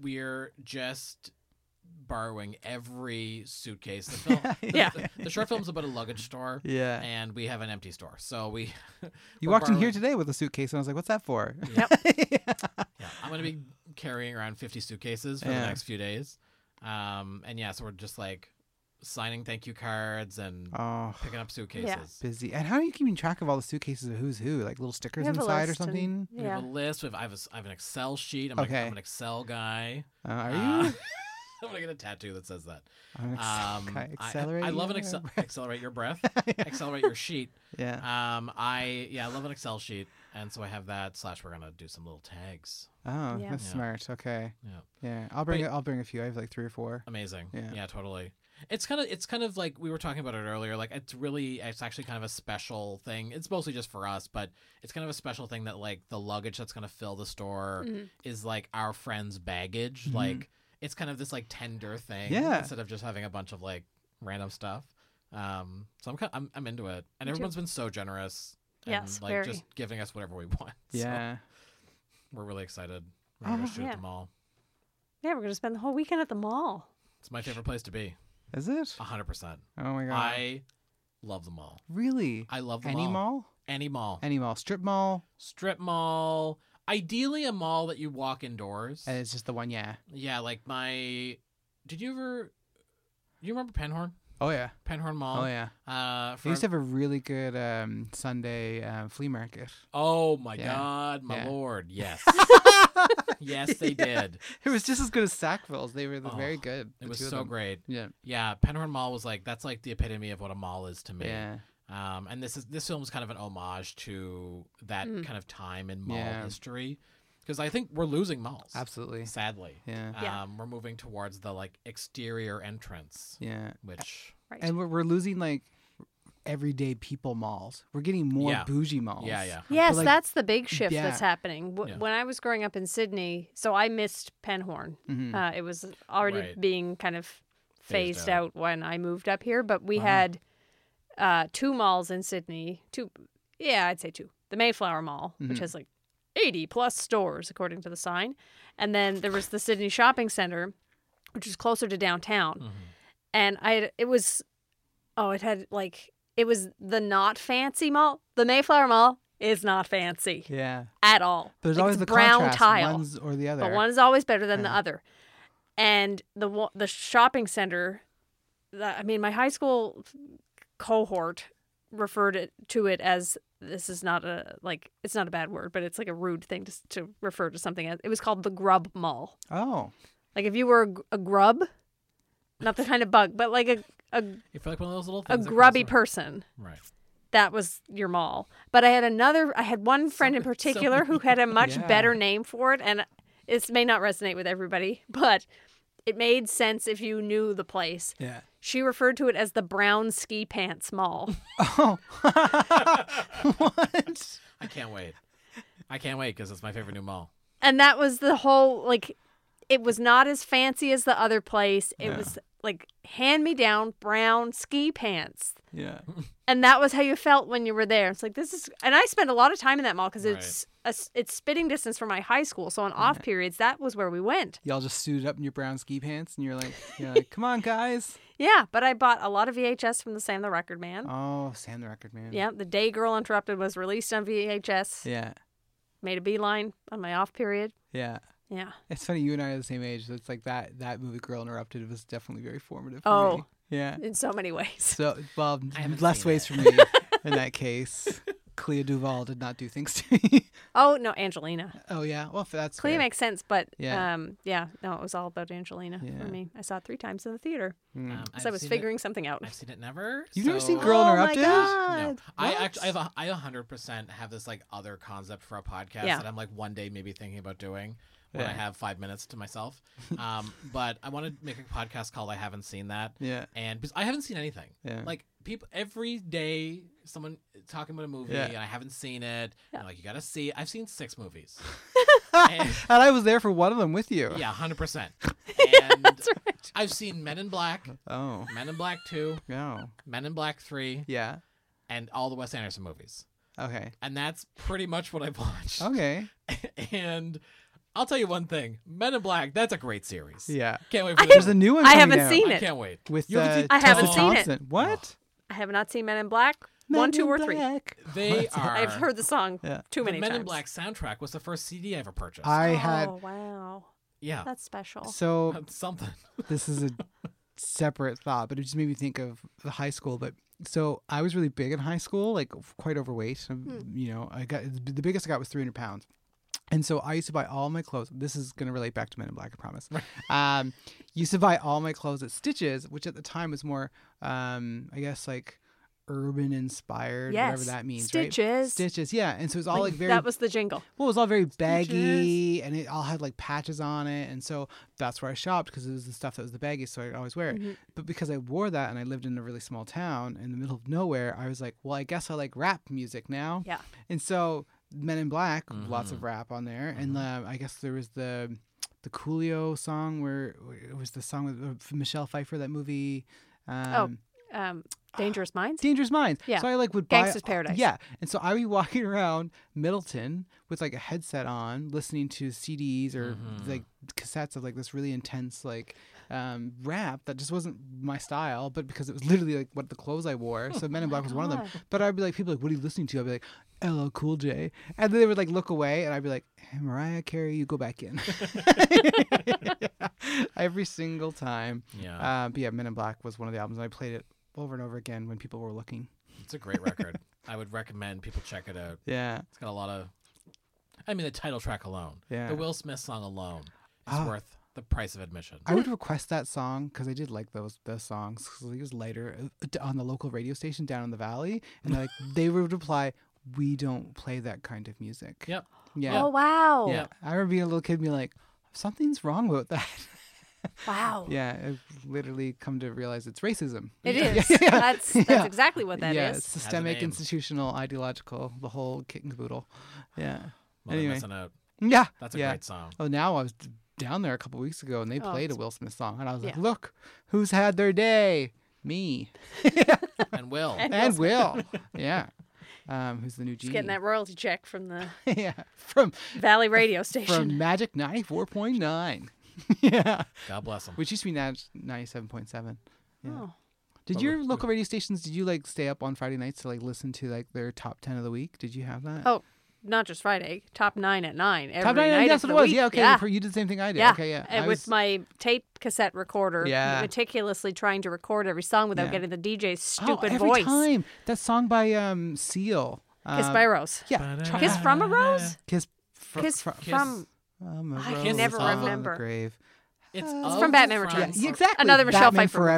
Speaker 1: we're just borrowing every suitcase. The, film,
Speaker 2: Yeah.
Speaker 1: the, the short film's about a luggage store,
Speaker 3: Yeah.
Speaker 1: and we have an empty store. So we,
Speaker 3: you
Speaker 1: we're
Speaker 3: walked in here
Speaker 1: borrowing-
Speaker 3: today with a suitcase, and I was like, "What's that for?"
Speaker 1: Yeah, I'm gonna be carrying around 50 suitcases for the
Speaker 3: Yeah.
Speaker 1: next few days. Um, and yeah, so we're just like signing thank you cards and
Speaker 3: oh,
Speaker 1: picking up suitcases.
Speaker 3: busy. And how are you keeping track of all the suitcases of who's who? Like little
Speaker 2: We
Speaker 3: stickers
Speaker 2: have a
Speaker 3: inside or
Speaker 2: list and-
Speaker 3: something?
Speaker 1: We
Speaker 2: yeah.
Speaker 1: have a list. We have, I, have a s I have an Excel sheet. I'm, a,
Speaker 3: Okay.
Speaker 1: I'm an Excel guy.
Speaker 3: Uh, are you?
Speaker 1: Uh, I'm gonna get a tattoo that says that.
Speaker 3: I'm ex-
Speaker 1: Um,
Speaker 3: okay,
Speaker 1: I-
Speaker 3: accelerate.
Speaker 1: I, love an
Speaker 3: your
Speaker 1: excel-
Speaker 3: breath.
Speaker 1: accelerate your breath, accelerate your sheet.
Speaker 3: Yeah.
Speaker 1: Um, I yeah, I love an Excel sheet, and so I have that. Slash, we're gonna do some little tags.
Speaker 3: Oh,
Speaker 2: Yeah.
Speaker 3: that's
Speaker 1: Yeah.
Speaker 3: smart. Okay.
Speaker 1: Yeah.
Speaker 3: Yeah. I'll bring
Speaker 1: Wait.
Speaker 3: i I'll bring a few. I have like three or four.
Speaker 1: Amazing.
Speaker 3: Yeah.
Speaker 1: totally. It's kind of it's kind of like we were talking about it earlier. Like it's really it's actually kind of a special thing. It's mostly just for us, but it's kind of a special thing that like the luggage that's gonna fill the store
Speaker 2: Mm-hmm.
Speaker 1: is like our friend's baggage. Like it's kind of this like tender thing.
Speaker 3: Mm-hmm. Yeah.
Speaker 1: Instead of just having a bunch of like random stuff. Um. So I'm kind I'm, I'm into it, and everyone's been so generous. And,
Speaker 2: Yes,
Speaker 1: Like
Speaker 2: very.
Speaker 1: just giving us whatever we want. So
Speaker 3: Yeah.
Speaker 1: we're really excited. We're gonna go
Speaker 3: Oh,
Speaker 1: shoot
Speaker 2: Uh-huh. yeah.
Speaker 1: at the mall.
Speaker 2: Yeah, we're gonna spend the whole weekend at the mall.
Speaker 1: It's my favorite place to be.
Speaker 3: Is it?
Speaker 1: hundred percent.
Speaker 3: Oh my god.
Speaker 1: I love the mall.
Speaker 3: really?
Speaker 1: I love the
Speaker 3: Any
Speaker 1: mall.
Speaker 3: mall?
Speaker 1: Any mall.
Speaker 3: Any mall? Strip mall?
Speaker 1: Strip mall. Ideally, a mall that you walk indoors.
Speaker 3: And it's just the one. Yeah.
Speaker 1: yeah, like my. Did you ever? Do you remember Penhorn?
Speaker 3: Oh yeah.
Speaker 1: Penhorn Mall.
Speaker 3: Oh yeah.
Speaker 1: Uh,
Speaker 3: They
Speaker 1: from,
Speaker 3: used to have a really good um, Sunday uh, flea market.
Speaker 1: oh my
Speaker 3: Yeah.
Speaker 1: God, my
Speaker 3: Yeah.
Speaker 1: lord, yes, yes, they did.
Speaker 3: It was just as good as Sackville's. They were the
Speaker 1: Oh,
Speaker 3: very good. the
Speaker 1: It was
Speaker 3: two of
Speaker 1: so
Speaker 3: them.
Speaker 1: great.
Speaker 3: Yeah.
Speaker 1: Yeah, Penhorn Mall was like that's like the epitome of what a mall is to me.
Speaker 3: Yeah.
Speaker 1: Um, and this is this film is kind of an homage to that
Speaker 2: Mm.
Speaker 1: kind of time in mall
Speaker 3: Yeah.
Speaker 1: history, because I think we're losing malls.
Speaker 3: Absolutely.
Speaker 1: Sadly,
Speaker 3: Yeah.
Speaker 2: Yeah.
Speaker 1: um, we're moving towards the like exterior entrance,
Speaker 3: Yeah.
Speaker 1: which
Speaker 2: Right.
Speaker 3: And we're, we're losing like everyday people malls. We're getting more
Speaker 1: Yeah.
Speaker 3: bougie malls.
Speaker 1: yeah, yeah,
Speaker 2: Yes,
Speaker 3: like,
Speaker 2: that's the big shift
Speaker 3: yeah.
Speaker 2: that's happening. W-
Speaker 1: Yeah.
Speaker 2: When I was growing up in Sydney, so I missed Penhorn.
Speaker 3: Mhm.
Speaker 2: Uh, it was already
Speaker 1: Right.
Speaker 2: being kind of
Speaker 1: Phased
Speaker 2: phased,
Speaker 1: out.
Speaker 2: out. when I moved up here, but we
Speaker 3: Wow.
Speaker 2: had uh, two malls in Sydney. Two, yeah, I'd say two. The Mayflower Mall, which
Speaker 3: Mhm.
Speaker 2: has like 80 plus stores according to the sign, and then there was the Sydney Shopping Center, which is closer to downtown
Speaker 1: Mhm.
Speaker 2: and I had- it was oh it had like it was the not fancy mall. The Mayflower Mall is not fancy
Speaker 3: Yeah.
Speaker 2: at all.
Speaker 3: There's
Speaker 2: Like,
Speaker 3: always
Speaker 2: it's
Speaker 3: the
Speaker 2: brown
Speaker 3: contrast,
Speaker 2: tile,
Speaker 3: one's or the other.
Speaker 2: but one is always better than the
Speaker 3: Yeah.
Speaker 2: other. And the wa- the shopping center, the, I mean, my high school cohort referred it, to it as this is not a like it's not a bad word, but it's like a rude thing to s- to refer to something as. It was called the Grub Mall.
Speaker 3: Oh,
Speaker 2: Like if you were a, gr- a grub, not the kind of bug, but like a a,
Speaker 1: you feel like one of those little
Speaker 2: a
Speaker 1: things that
Speaker 2: grubby
Speaker 1: crosses-
Speaker 2: person,
Speaker 1: right?
Speaker 2: that was your mall. But I had another. I had one friend in
Speaker 1: So- so
Speaker 2: particular who had a much
Speaker 3: Yeah.
Speaker 2: better name for it, and this may not resonate with everybody, but it made sense if you knew the place.
Speaker 3: yeah.
Speaker 2: She referred to it as the Brown Ski Pants Mall.
Speaker 3: Oh, what?
Speaker 1: I can't wait. I can't wait because it's my favorite new mall.
Speaker 2: and that was the whole like it was not as fancy as the other place it
Speaker 3: Yeah.
Speaker 2: was like hand me down brown ski pants
Speaker 3: Yeah.
Speaker 2: and that was how you felt when you were there it's like this is and i spent a lot of time in that mall because
Speaker 1: Right.
Speaker 2: it's a s it's spitting distance from my high school so on off periods that was where we went
Speaker 3: Y'all just suited up in your brown ski pants, and you're like, you're like, come on, guys.
Speaker 2: yeah but i bought a lot of vhs from the sam the record man
Speaker 3: Oh, Sam the Record Man.
Speaker 2: yeah the day girl interrupted was released on vhs
Speaker 3: Yeah.
Speaker 2: made a beeline on my off period
Speaker 3: Yeah.
Speaker 2: yeah
Speaker 3: It's funny. You and I are the same age, so it's like that. That movie, Girl Interrupted, was definitely very formative. For
Speaker 2: Oh.
Speaker 3: me. Yeah.
Speaker 2: in so many ways
Speaker 3: So, well,
Speaker 1: I haven't
Speaker 3: less
Speaker 1: seen
Speaker 3: ways
Speaker 1: it.
Speaker 3: for me in that case. Clea Duval did not do things to me.
Speaker 2: oh no angelina
Speaker 3: Oh yeah. Well, that's
Speaker 2: Clea
Speaker 3: fair.
Speaker 2: makes sense, but
Speaker 3: Yeah.
Speaker 2: yeah. um, yeah, no, it was all about Angelina
Speaker 3: Yeah.
Speaker 2: for me. I saw it three times in the theater
Speaker 3: Mm.
Speaker 1: Um, I've
Speaker 2: because I was
Speaker 1: seen it-
Speaker 2: figuring something out.
Speaker 1: I've seen it never.
Speaker 3: You've never seen
Speaker 1: so-
Speaker 3: Girl
Speaker 2: oh
Speaker 3: Interrupted?
Speaker 2: my
Speaker 1: No,
Speaker 2: god!
Speaker 1: I
Speaker 3: What?
Speaker 1: actually, I have, a, I 100% have this like other concept for a podcast
Speaker 2: Yeah.
Speaker 1: that I'm like one day maybe thinking about doing when I
Speaker 3: Yeah.
Speaker 1: have five minutes to myself. Um, but I want to make a podcast called "I Haven't Seen That,"
Speaker 3: Yeah.
Speaker 1: and because I haven't seen anything.
Speaker 3: Yeah.
Speaker 1: Like people every day, someone talking about a movie,
Speaker 3: Yeah.
Speaker 1: and I haven't seen it.
Speaker 2: Yeah.
Speaker 1: And, like you gotta see. I've seen six movies. And-
Speaker 3: and I was there for one of them with you.
Speaker 1: yeah, 100%. And
Speaker 2: That's right.
Speaker 1: I've seen Men in Black,
Speaker 3: Oh.
Speaker 1: Men in Black Two,
Speaker 3: No.
Speaker 1: Men in Black Three,
Speaker 3: Yeah.
Speaker 1: and all the Wes Anderson movies.
Speaker 3: Okay.
Speaker 1: And that's pretty much what I've watched.
Speaker 3: Okay.
Speaker 1: and I'll tell you one thing: Men in Black. That's a great series.
Speaker 3: Yeah.
Speaker 1: can't wait
Speaker 2: I
Speaker 1: for
Speaker 2: haven't-
Speaker 1: this.
Speaker 3: There's a new one.
Speaker 2: I
Speaker 3: coming
Speaker 2: haven't
Speaker 3: out
Speaker 1: I
Speaker 2: seen it.
Speaker 1: can't wait.
Speaker 3: With
Speaker 1: You haven't
Speaker 3: uh,
Speaker 1: seen-
Speaker 2: I haven't
Speaker 3: Tessa
Speaker 2: seen it.
Speaker 3: Thompson. What?
Speaker 2: I have not seen Men in Black one, two, or three.
Speaker 1: They are.
Speaker 2: I've heard the song
Speaker 3: Yeah.
Speaker 2: too
Speaker 1: the
Speaker 2: many
Speaker 1: Men
Speaker 2: times.
Speaker 1: in Black soundtrack was the first CD I ever purchased.
Speaker 3: I
Speaker 2: oh
Speaker 3: had
Speaker 2: wow,
Speaker 1: yeah,
Speaker 2: that's special.
Speaker 3: so
Speaker 1: that's something.
Speaker 3: this is a separate thought, but it just made me think of the high school. But so I was really big in high school, like quite overweight. Um,
Speaker 2: Hmm.
Speaker 3: You know, I got the biggest I got was 300 pounds. And so I used to buy all my clothes. This is going to relate back to Men in Black, I promise. um, used to buy all my clothes at Stitches, which at the time was more, um, I guess, like urban inspired, whatever
Speaker 2: Yes.
Speaker 3: that means, right?
Speaker 2: Stitches.
Speaker 3: Stitches, yeah. And so it was all like, very
Speaker 2: that was the jingle.
Speaker 3: well, it was all very baggy and it all had like patches on it. And so that's where I shopped because it was the stuff that was the baggy. So I'd always wear
Speaker 2: Mm-hmm.
Speaker 3: it. But because I wore that and I lived in a really small town in the middle of nowhere, I was like, well, I guess I like rap music now.
Speaker 2: Yeah.
Speaker 3: And so Men in Black, lots of rap on there. And um, I guess there was the the Coolio song where where it was the song with uh, Michelle Pfeiffer, that movie. Um,
Speaker 2: Um, Dangerous Minds.
Speaker 3: Dangerous Minds.
Speaker 2: Yeah.
Speaker 3: So I like would buy
Speaker 2: Gangsta's Paradise.
Speaker 3: Yeah. And so I would be walking around Middleton with like a headset on, listening to CDs or like cassettes of like this really intense like um, rap that just wasn't my style, but because it was literally like what the clothes I wore. So Men in Black was one of them.
Speaker 2: God.
Speaker 3: But I'd be like, people are like, what are you listening to? I'd be like, LL Cool J, and then they would like look away, and I'd be like, hey, Mariah Carey, you go back in. Every single time.
Speaker 1: Yeah,
Speaker 3: Um, but yeah, Men in Black was one of the albums, and I played it over and over again when people were looking.
Speaker 1: it's a great record. I would recommend people check it out.
Speaker 3: Yeah,
Speaker 1: It's got a lot of. I mean, the title track alone,
Speaker 3: Yeah.
Speaker 1: the Will Smith song alone, is
Speaker 3: Ah.
Speaker 1: worth the price of admission.
Speaker 3: I would request that song because I did like those those songs. 'cause it was later uh, d- on the local radio station down in the valley, and like they would reply, "We don't play that kind of music."
Speaker 1: Yep.
Speaker 3: Yeah.
Speaker 2: Oh wow!
Speaker 3: Yeah. I remember being a little kid and being like, something's wrong about that.
Speaker 2: Wow.
Speaker 3: yeah. I've literally come to realize it's racism.
Speaker 2: It
Speaker 1: Yeah.
Speaker 2: is.
Speaker 3: Yeah.
Speaker 2: That's that's
Speaker 3: Yeah.
Speaker 2: exactly what that is.
Speaker 3: yeah. It's
Speaker 1: a
Speaker 3: systemic,
Speaker 1: name.
Speaker 3: institutional, ideological, the whole kit and caboodle. Yeah.
Speaker 1: Well,
Speaker 3: Anyway.
Speaker 1: anyway. missing out.
Speaker 3: Yeah.
Speaker 1: That's a
Speaker 3: yeah.
Speaker 1: great song.
Speaker 3: Oh, now I was d- down there a couple weeks ago and they
Speaker 2: Oh,
Speaker 3: played a
Speaker 2: it's-
Speaker 3: Will Smith song. And I was like,
Speaker 2: Yeah.
Speaker 3: look, who's had their day? Me.
Speaker 1: And Will.
Speaker 2: And
Speaker 3: And Will. yeah. Um, who's the new
Speaker 2: Just
Speaker 3: genie?
Speaker 2: getting that royalty check from the
Speaker 3: yeah. From
Speaker 2: Valley radio station.
Speaker 3: from Magic 94.9. yeah.
Speaker 1: God bless him.
Speaker 3: Which used to be Nag 97.7. Yeah.
Speaker 2: Oh.
Speaker 3: Did
Speaker 1: But
Speaker 3: your
Speaker 1: with-
Speaker 3: local radio stations? Did you like stay up on Friday nights to like listen to like their top ten of the week? Did you have that?
Speaker 2: Oh, not just Friday. Top nine at nine every
Speaker 3: top nine.
Speaker 2: night.
Speaker 3: that's
Speaker 2: of
Speaker 3: what it
Speaker 2: the
Speaker 3: was.
Speaker 2: week.
Speaker 3: Yeah. Okay.
Speaker 2: Yeah.
Speaker 3: You, you did the same thing I did.
Speaker 2: yeah.
Speaker 3: Okay. Yeah.
Speaker 2: And
Speaker 3: I
Speaker 2: with
Speaker 3: was-
Speaker 2: my tape cassette recorder,
Speaker 3: Yeah.
Speaker 2: meticulously trying to record every song without
Speaker 3: Yeah.
Speaker 2: getting the DJ's
Speaker 3: oh,
Speaker 2: stupid
Speaker 3: every
Speaker 2: voice.
Speaker 3: time that song by um Seal.
Speaker 2: Kiss
Speaker 3: um,
Speaker 2: by a Rose.
Speaker 3: Yeah. try-
Speaker 2: Kiss from a rose.
Speaker 3: Kiss. Fr-
Speaker 2: Kiss
Speaker 3: fr-
Speaker 2: from
Speaker 3: from a
Speaker 2: I can
Speaker 3: rose
Speaker 1: never
Speaker 3: on the
Speaker 2: remember.
Speaker 3: Grave.
Speaker 1: It's, Oh
Speaker 3: It's
Speaker 1: of
Speaker 2: from Batman
Speaker 1: Franz-
Speaker 2: Returns.
Speaker 3: Yeah, exactly.
Speaker 2: Another Michelle
Speaker 3: Batman
Speaker 2: Pfeiffer. movie.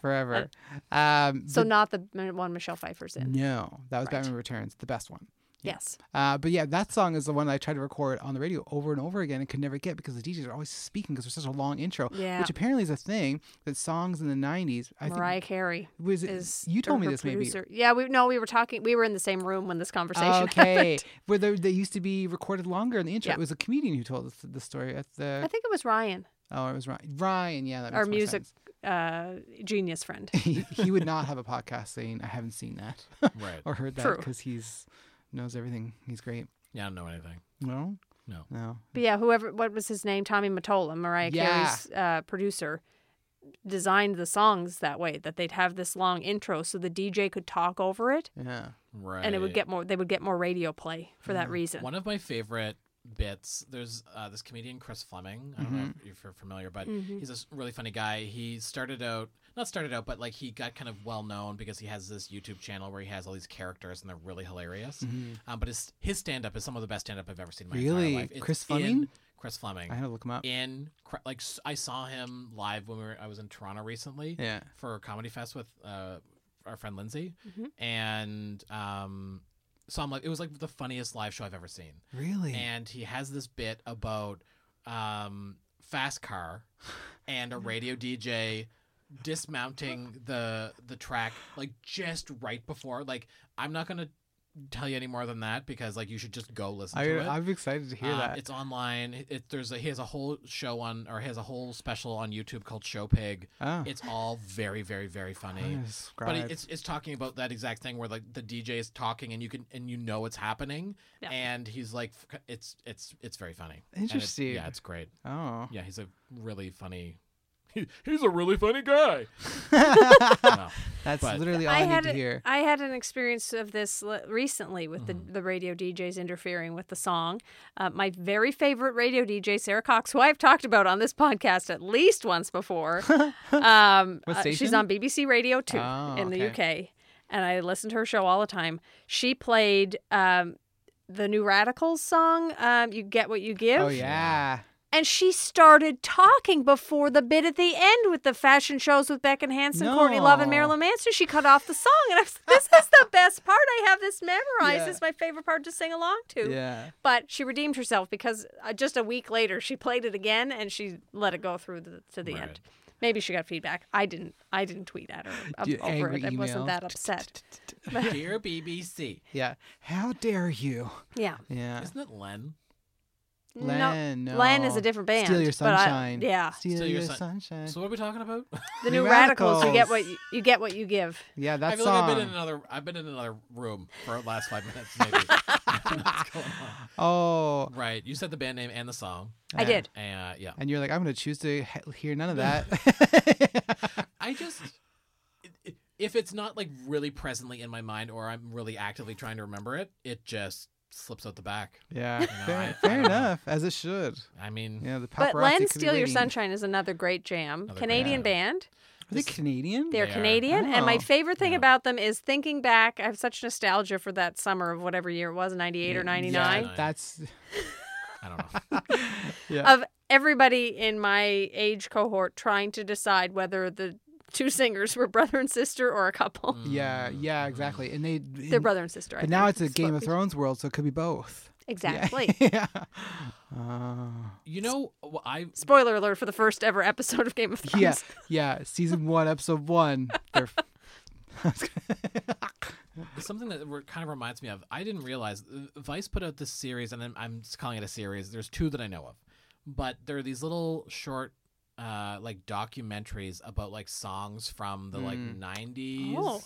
Speaker 2: Forever.
Speaker 3: Forever. Um.
Speaker 2: So
Speaker 3: the- Mm,
Speaker 2: not the m- one Michelle Pfeiffer's in.
Speaker 3: no, that was
Speaker 2: Right.
Speaker 3: Batman Returns, the best one.
Speaker 2: Yes.
Speaker 3: Uh, but yeah, that song is the one that I tried to record on the radio over and over again and could never get because the DJs are always speaking because there's such a long intro,
Speaker 2: Yeah.
Speaker 3: which apparently is a thing that songs in the 90s. I
Speaker 2: Mariah
Speaker 3: think
Speaker 2: Carey
Speaker 3: was it-
Speaker 2: is.
Speaker 3: you told me
Speaker 2: her
Speaker 3: this
Speaker 2: producer. Yeah, we no, we were talking. We were in the same room when this
Speaker 3: maybe.
Speaker 2: conversation
Speaker 3: Oh, okay,
Speaker 2: happened.
Speaker 3: where there, they used to be recorded longer in the intro.
Speaker 2: Yeah.
Speaker 3: It was a comedian who told us the story at the.
Speaker 2: I think it was Ryan,
Speaker 3: oh, it was Ryan. Ryan, yeah, that
Speaker 2: our
Speaker 3: makes more
Speaker 2: music
Speaker 3: sense.
Speaker 2: uh, genius friend.
Speaker 3: he, he would not have a podcast saying I haven't seen that
Speaker 1: Right.
Speaker 3: or heard that
Speaker 2: True.
Speaker 3: because he's knows everything. He's great.
Speaker 1: Yeah, I don't know anything.
Speaker 3: No,
Speaker 1: No.
Speaker 3: no.
Speaker 2: But yeah, whoever, what was his name? Tommy Mottola, Mariah
Speaker 3: Yeah.
Speaker 2: Carey's uh, producer, designed the songs that way that they'd have this long intro so the DJ could talk over it
Speaker 3: Yeah.
Speaker 1: Right.
Speaker 2: and it would get more. They would get more radio play for
Speaker 3: Mm-hmm.
Speaker 2: that reason.
Speaker 1: One of my favorite bits. There's uh, this comedian Chris Fleming. I don't know
Speaker 3: Mm-hmm.
Speaker 1: if- if you're familiar,
Speaker 2: Mm-hmm.
Speaker 1: but he's a s- really funny guy. He started out not started out, but like he got kind of well known because he has this YouTube channel where he has all these characters and they're really hilarious.
Speaker 3: Mm-hmm.
Speaker 1: Um, but his his stand up is some of the best stand up I've ever seen in my
Speaker 3: Mm. Really?
Speaker 1: entire life. It's
Speaker 3: Chris
Speaker 1: in-
Speaker 3: Fleming?
Speaker 1: Chris Fleming.
Speaker 3: I had to look him up.
Speaker 1: in cr- like s- I saw him live when we were, I was in Toronto recently
Speaker 3: Yeah.
Speaker 1: for Comedy Fest with uh, our friend Lindsay,
Speaker 3: Mm-hmm.
Speaker 1: and um, so I'm like, it was like the funniest live show I've ever seen.
Speaker 3: Really?
Speaker 1: And he has this bit about um, fast car and a radio DJ dismounting the the track like just right before. Like I'm not gonna tell you any more than that because like you should just go listen
Speaker 3: I,
Speaker 1: to it.
Speaker 3: I'm excited to hear
Speaker 1: Um,
Speaker 3: that.
Speaker 1: It's online. It- It, there's a, he has a whole show on, or he has a whole special on YouTube called Showpig.
Speaker 3: Ah.
Speaker 1: It's all very, very, very funny. But
Speaker 3: Yeah,
Speaker 1: it-
Speaker 3: describe.
Speaker 1: it's it's talking about that exact thing where like the DJ is talking and you can and you know it's happening
Speaker 2: Yeah.
Speaker 1: and he's like f- it's it's it's very funny. And it's-
Speaker 3: Interesting.
Speaker 1: yeah, it's great.
Speaker 3: Oh.
Speaker 1: Yeah, he's a really funny. He, he's a really funny guy. Wow.
Speaker 3: That's
Speaker 1: But-
Speaker 3: literally all I, need
Speaker 2: had
Speaker 3: to
Speaker 2: a-
Speaker 3: hear. Mm-hmm.
Speaker 2: I had an experience of this l- recently with the, the radio DJs interfering with the song. Uh, my very favorite radio DJ, Sarah Cox, who I've talked about on this podcast at least once before. um,
Speaker 3: What
Speaker 2: uh, she's
Speaker 3: station?
Speaker 2: on BBC Radio 2
Speaker 3: Oh,
Speaker 2: in the
Speaker 3: okay.
Speaker 2: UK, and I listen to her show all the time. She played um, the New Radicals song, um, You Get What You Give.
Speaker 3: Oh yeah.
Speaker 2: And she started talking before the bit at the end with the fashion shows with Beck and Hansen, Courtney Love, and
Speaker 3: No.
Speaker 2: Marilyn Manson. She cut off the song, and I was like, "This is the best part. I have this memorized.
Speaker 3: Yeah.
Speaker 2: It's my favorite part to sing along to."
Speaker 3: Yeah.
Speaker 2: But she redeemed herself because uh, just a week later she played it again and she let it go through the, to the end.
Speaker 1: Right.
Speaker 2: Maybe she got feedback. I didn't. I didn't tweet at her ab-
Speaker 3: Do
Speaker 2: over
Speaker 3: angry
Speaker 2: it. I
Speaker 3: email.
Speaker 2: wasn't that upset.
Speaker 1: Dear BBC,
Speaker 3: Yeah. How dare you?
Speaker 2: Yeah.
Speaker 3: Yeah.
Speaker 1: isn't it Len?
Speaker 3: Len, no.
Speaker 2: Len is a different band.
Speaker 3: Steal your
Speaker 2: but I-
Speaker 3: sunshine.
Speaker 2: yeah.
Speaker 3: Steal,
Speaker 1: Steal
Speaker 3: your,
Speaker 1: Your Sun-
Speaker 3: sunshine.
Speaker 1: So what are we talking about?
Speaker 2: The
Speaker 3: New
Speaker 2: new radicals. You get
Speaker 3: Radicals.
Speaker 2: what you, you get. What you give.
Speaker 3: yeah, that
Speaker 1: I feel
Speaker 3: song.
Speaker 1: like I've been in another I've been in another room for the last five minutes maybe. what's going on.
Speaker 3: Oh,
Speaker 1: Right. You said the band name and the song.
Speaker 2: I did.
Speaker 1: Uh, yeah.
Speaker 3: and you're like, I'm gonna choose to he- hear none of that.
Speaker 1: I just if it's not like really presently in my mind or I'm really actively trying to remember it, it just slips out the back.
Speaker 3: yeah,
Speaker 1: know,
Speaker 3: fair,
Speaker 1: I- I
Speaker 3: fair
Speaker 1: don't know.
Speaker 3: enough. As it should.
Speaker 1: I mean,
Speaker 3: Yeah, the paparazzi.
Speaker 2: But Len
Speaker 3: could be
Speaker 2: Steal Your
Speaker 3: waiting.
Speaker 2: Sunshine is another great jam.
Speaker 1: Another great
Speaker 2: Canadian
Speaker 1: jam.
Speaker 2: band.
Speaker 3: Are they Canadian?
Speaker 2: They're
Speaker 1: They are.
Speaker 2: Canadian. And my
Speaker 3: Oh.
Speaker 2: favorite thing
Speaker 1: Yeah.
Speaker 2: about them is thinking back. I have such nostalgia for that summer of whatever year it was, 98 or
Speaker 3: Yeah,
Speaker 2: 99.
Speaker 1: yeah.
Speaker 3: That's
Speaker 1: I don't know.
Speaker 3: yeah.
Speaker 2: Of everybody in my age cohort trying to decide whether the two singers were brother and sister or a couple.
Speaker 3: yeah,
Speaker 1: Mm,
Speaker 3: yeah,
Speaker 1: mm.
Speaker 3: exactly. And they.
Speaker 2: They're
Speaker 3: and-
Speaker 2: brother and sister. I
Speaker 3: But now
Speaker 2: think
Speaker 3: it's a
Speaker 2: is what
Speaker 3: Game of
Speaker 2: we-
Speaker 3: Thrones world, so it could be both. Yeah.
Speaker 2: Exactly.
Speaker 3: Yeah. Oh.
Speaker 1: You know, well, I
Speaker 2: Spoiler alert for the first ever episode of Game of Thrones.
Speaker 3: yeah, yeah. Season one, episode one. They're... I was gonna-
Speaker 1: something that re- kind of reminds me of. I didn't realize uh, Vice put out this series, and I'm, I'm just calling it a series. There's two that I know of, but there are these little short, uh, like documentaries about like songs from the like
Speaker 3: Mm.
Speaker 1: 90s.
Speaker 2: Oh.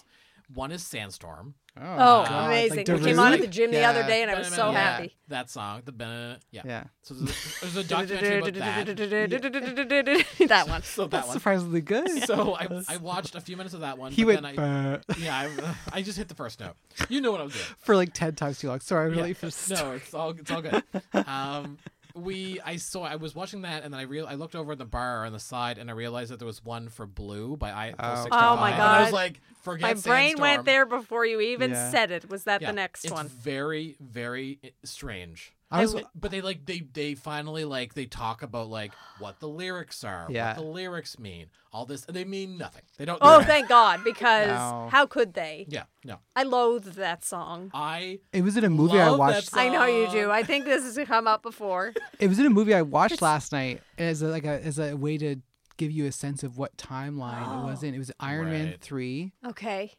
Speaker 1: One is Sandstorm.
Speaker 2: Oh,
Speaker 1: God, like
Speaker 2: amazing. we came out of
Speaker 1: Darude?
Speaker 2: the gym the other
Speaker 3: Yeah.
Speaker 2: day and I was so
Speaker 1: Yeah.
Speaker 2: happy.
Speaker 1: That song, the ben- yeah.
Speaker 3: Yeah,
Speaker 1: So there's there's a documentary about that.
Speaker 2: That one.
Speaker 1: So that
Speaker 3: that's
Speaker 1: one.
Speaker 3: surprisingly good.
Speaker 1: So I, I watched a few minutes of that one.
Speaker 3: he
Speaker 1: but
Speaker 3: went
Speaker 1: Then I,
Speaker 3: "Uh,"
Speaker 1: yeah, I, I just hit the first note. You know what I was doing.
Speaker 3: for like ten times too long. Sorry, I'm
Speaker 1: Yeah.
Speaker 3: late for the story.
Speaker 1: No, it's all it's all good. Um, we I saw I was watching that and then I real I looked over at the bar on the side and I realized that there was one for Blue by I.
Speaker 3: Oh.
Speaker 1: Full
Speaker 2: Oh my
Speaker 1: 65. And I was
Speaker 2: God.
Speaker 1: like, forget.
Speaker 2: My brain
Speaker 1: Sandstorm.
Speaker 2: went there before you even
Speaker 3: Yeah.
Speaker 2: said it. Was that
Speaker 1: Yeah,
Speaker 2: the next
Speaker 1: it's
Speaker 2: one?
Speaker 1: Very very i- strange.
Speaker 3: I was,
Speaker 1: But, but they like they they finally like they talk about like what the lyrics are,
Speaker 3: Yeah.
Speaker 1: what the lyrics mean, all this. and They mean nothing. They don't.
Speaker 2: Oh,
Speaker 1: do
Speaker 2: thank God, because
Speaker 3: No.
Speaker 2: how could they?
Speaker 1: Yeah, no.
Speaker 2: I loathed that song.
Speaker 1: I
Speaker 3: it was in a movie I
Speaker 1: Love
Speaker 3: watched.
Speaker 1: that
Speaker 2: I know you
Speaker 1: Song.
Speaker 2: do. I think this has come up before.
Speaker 3: It was in a movie I watched last night as a, like a as a way to give you a sense of what timeline it was in. It was Iron Man
Speaker 1: Right.
Speaker 3: three,
Speaker 2: Okay.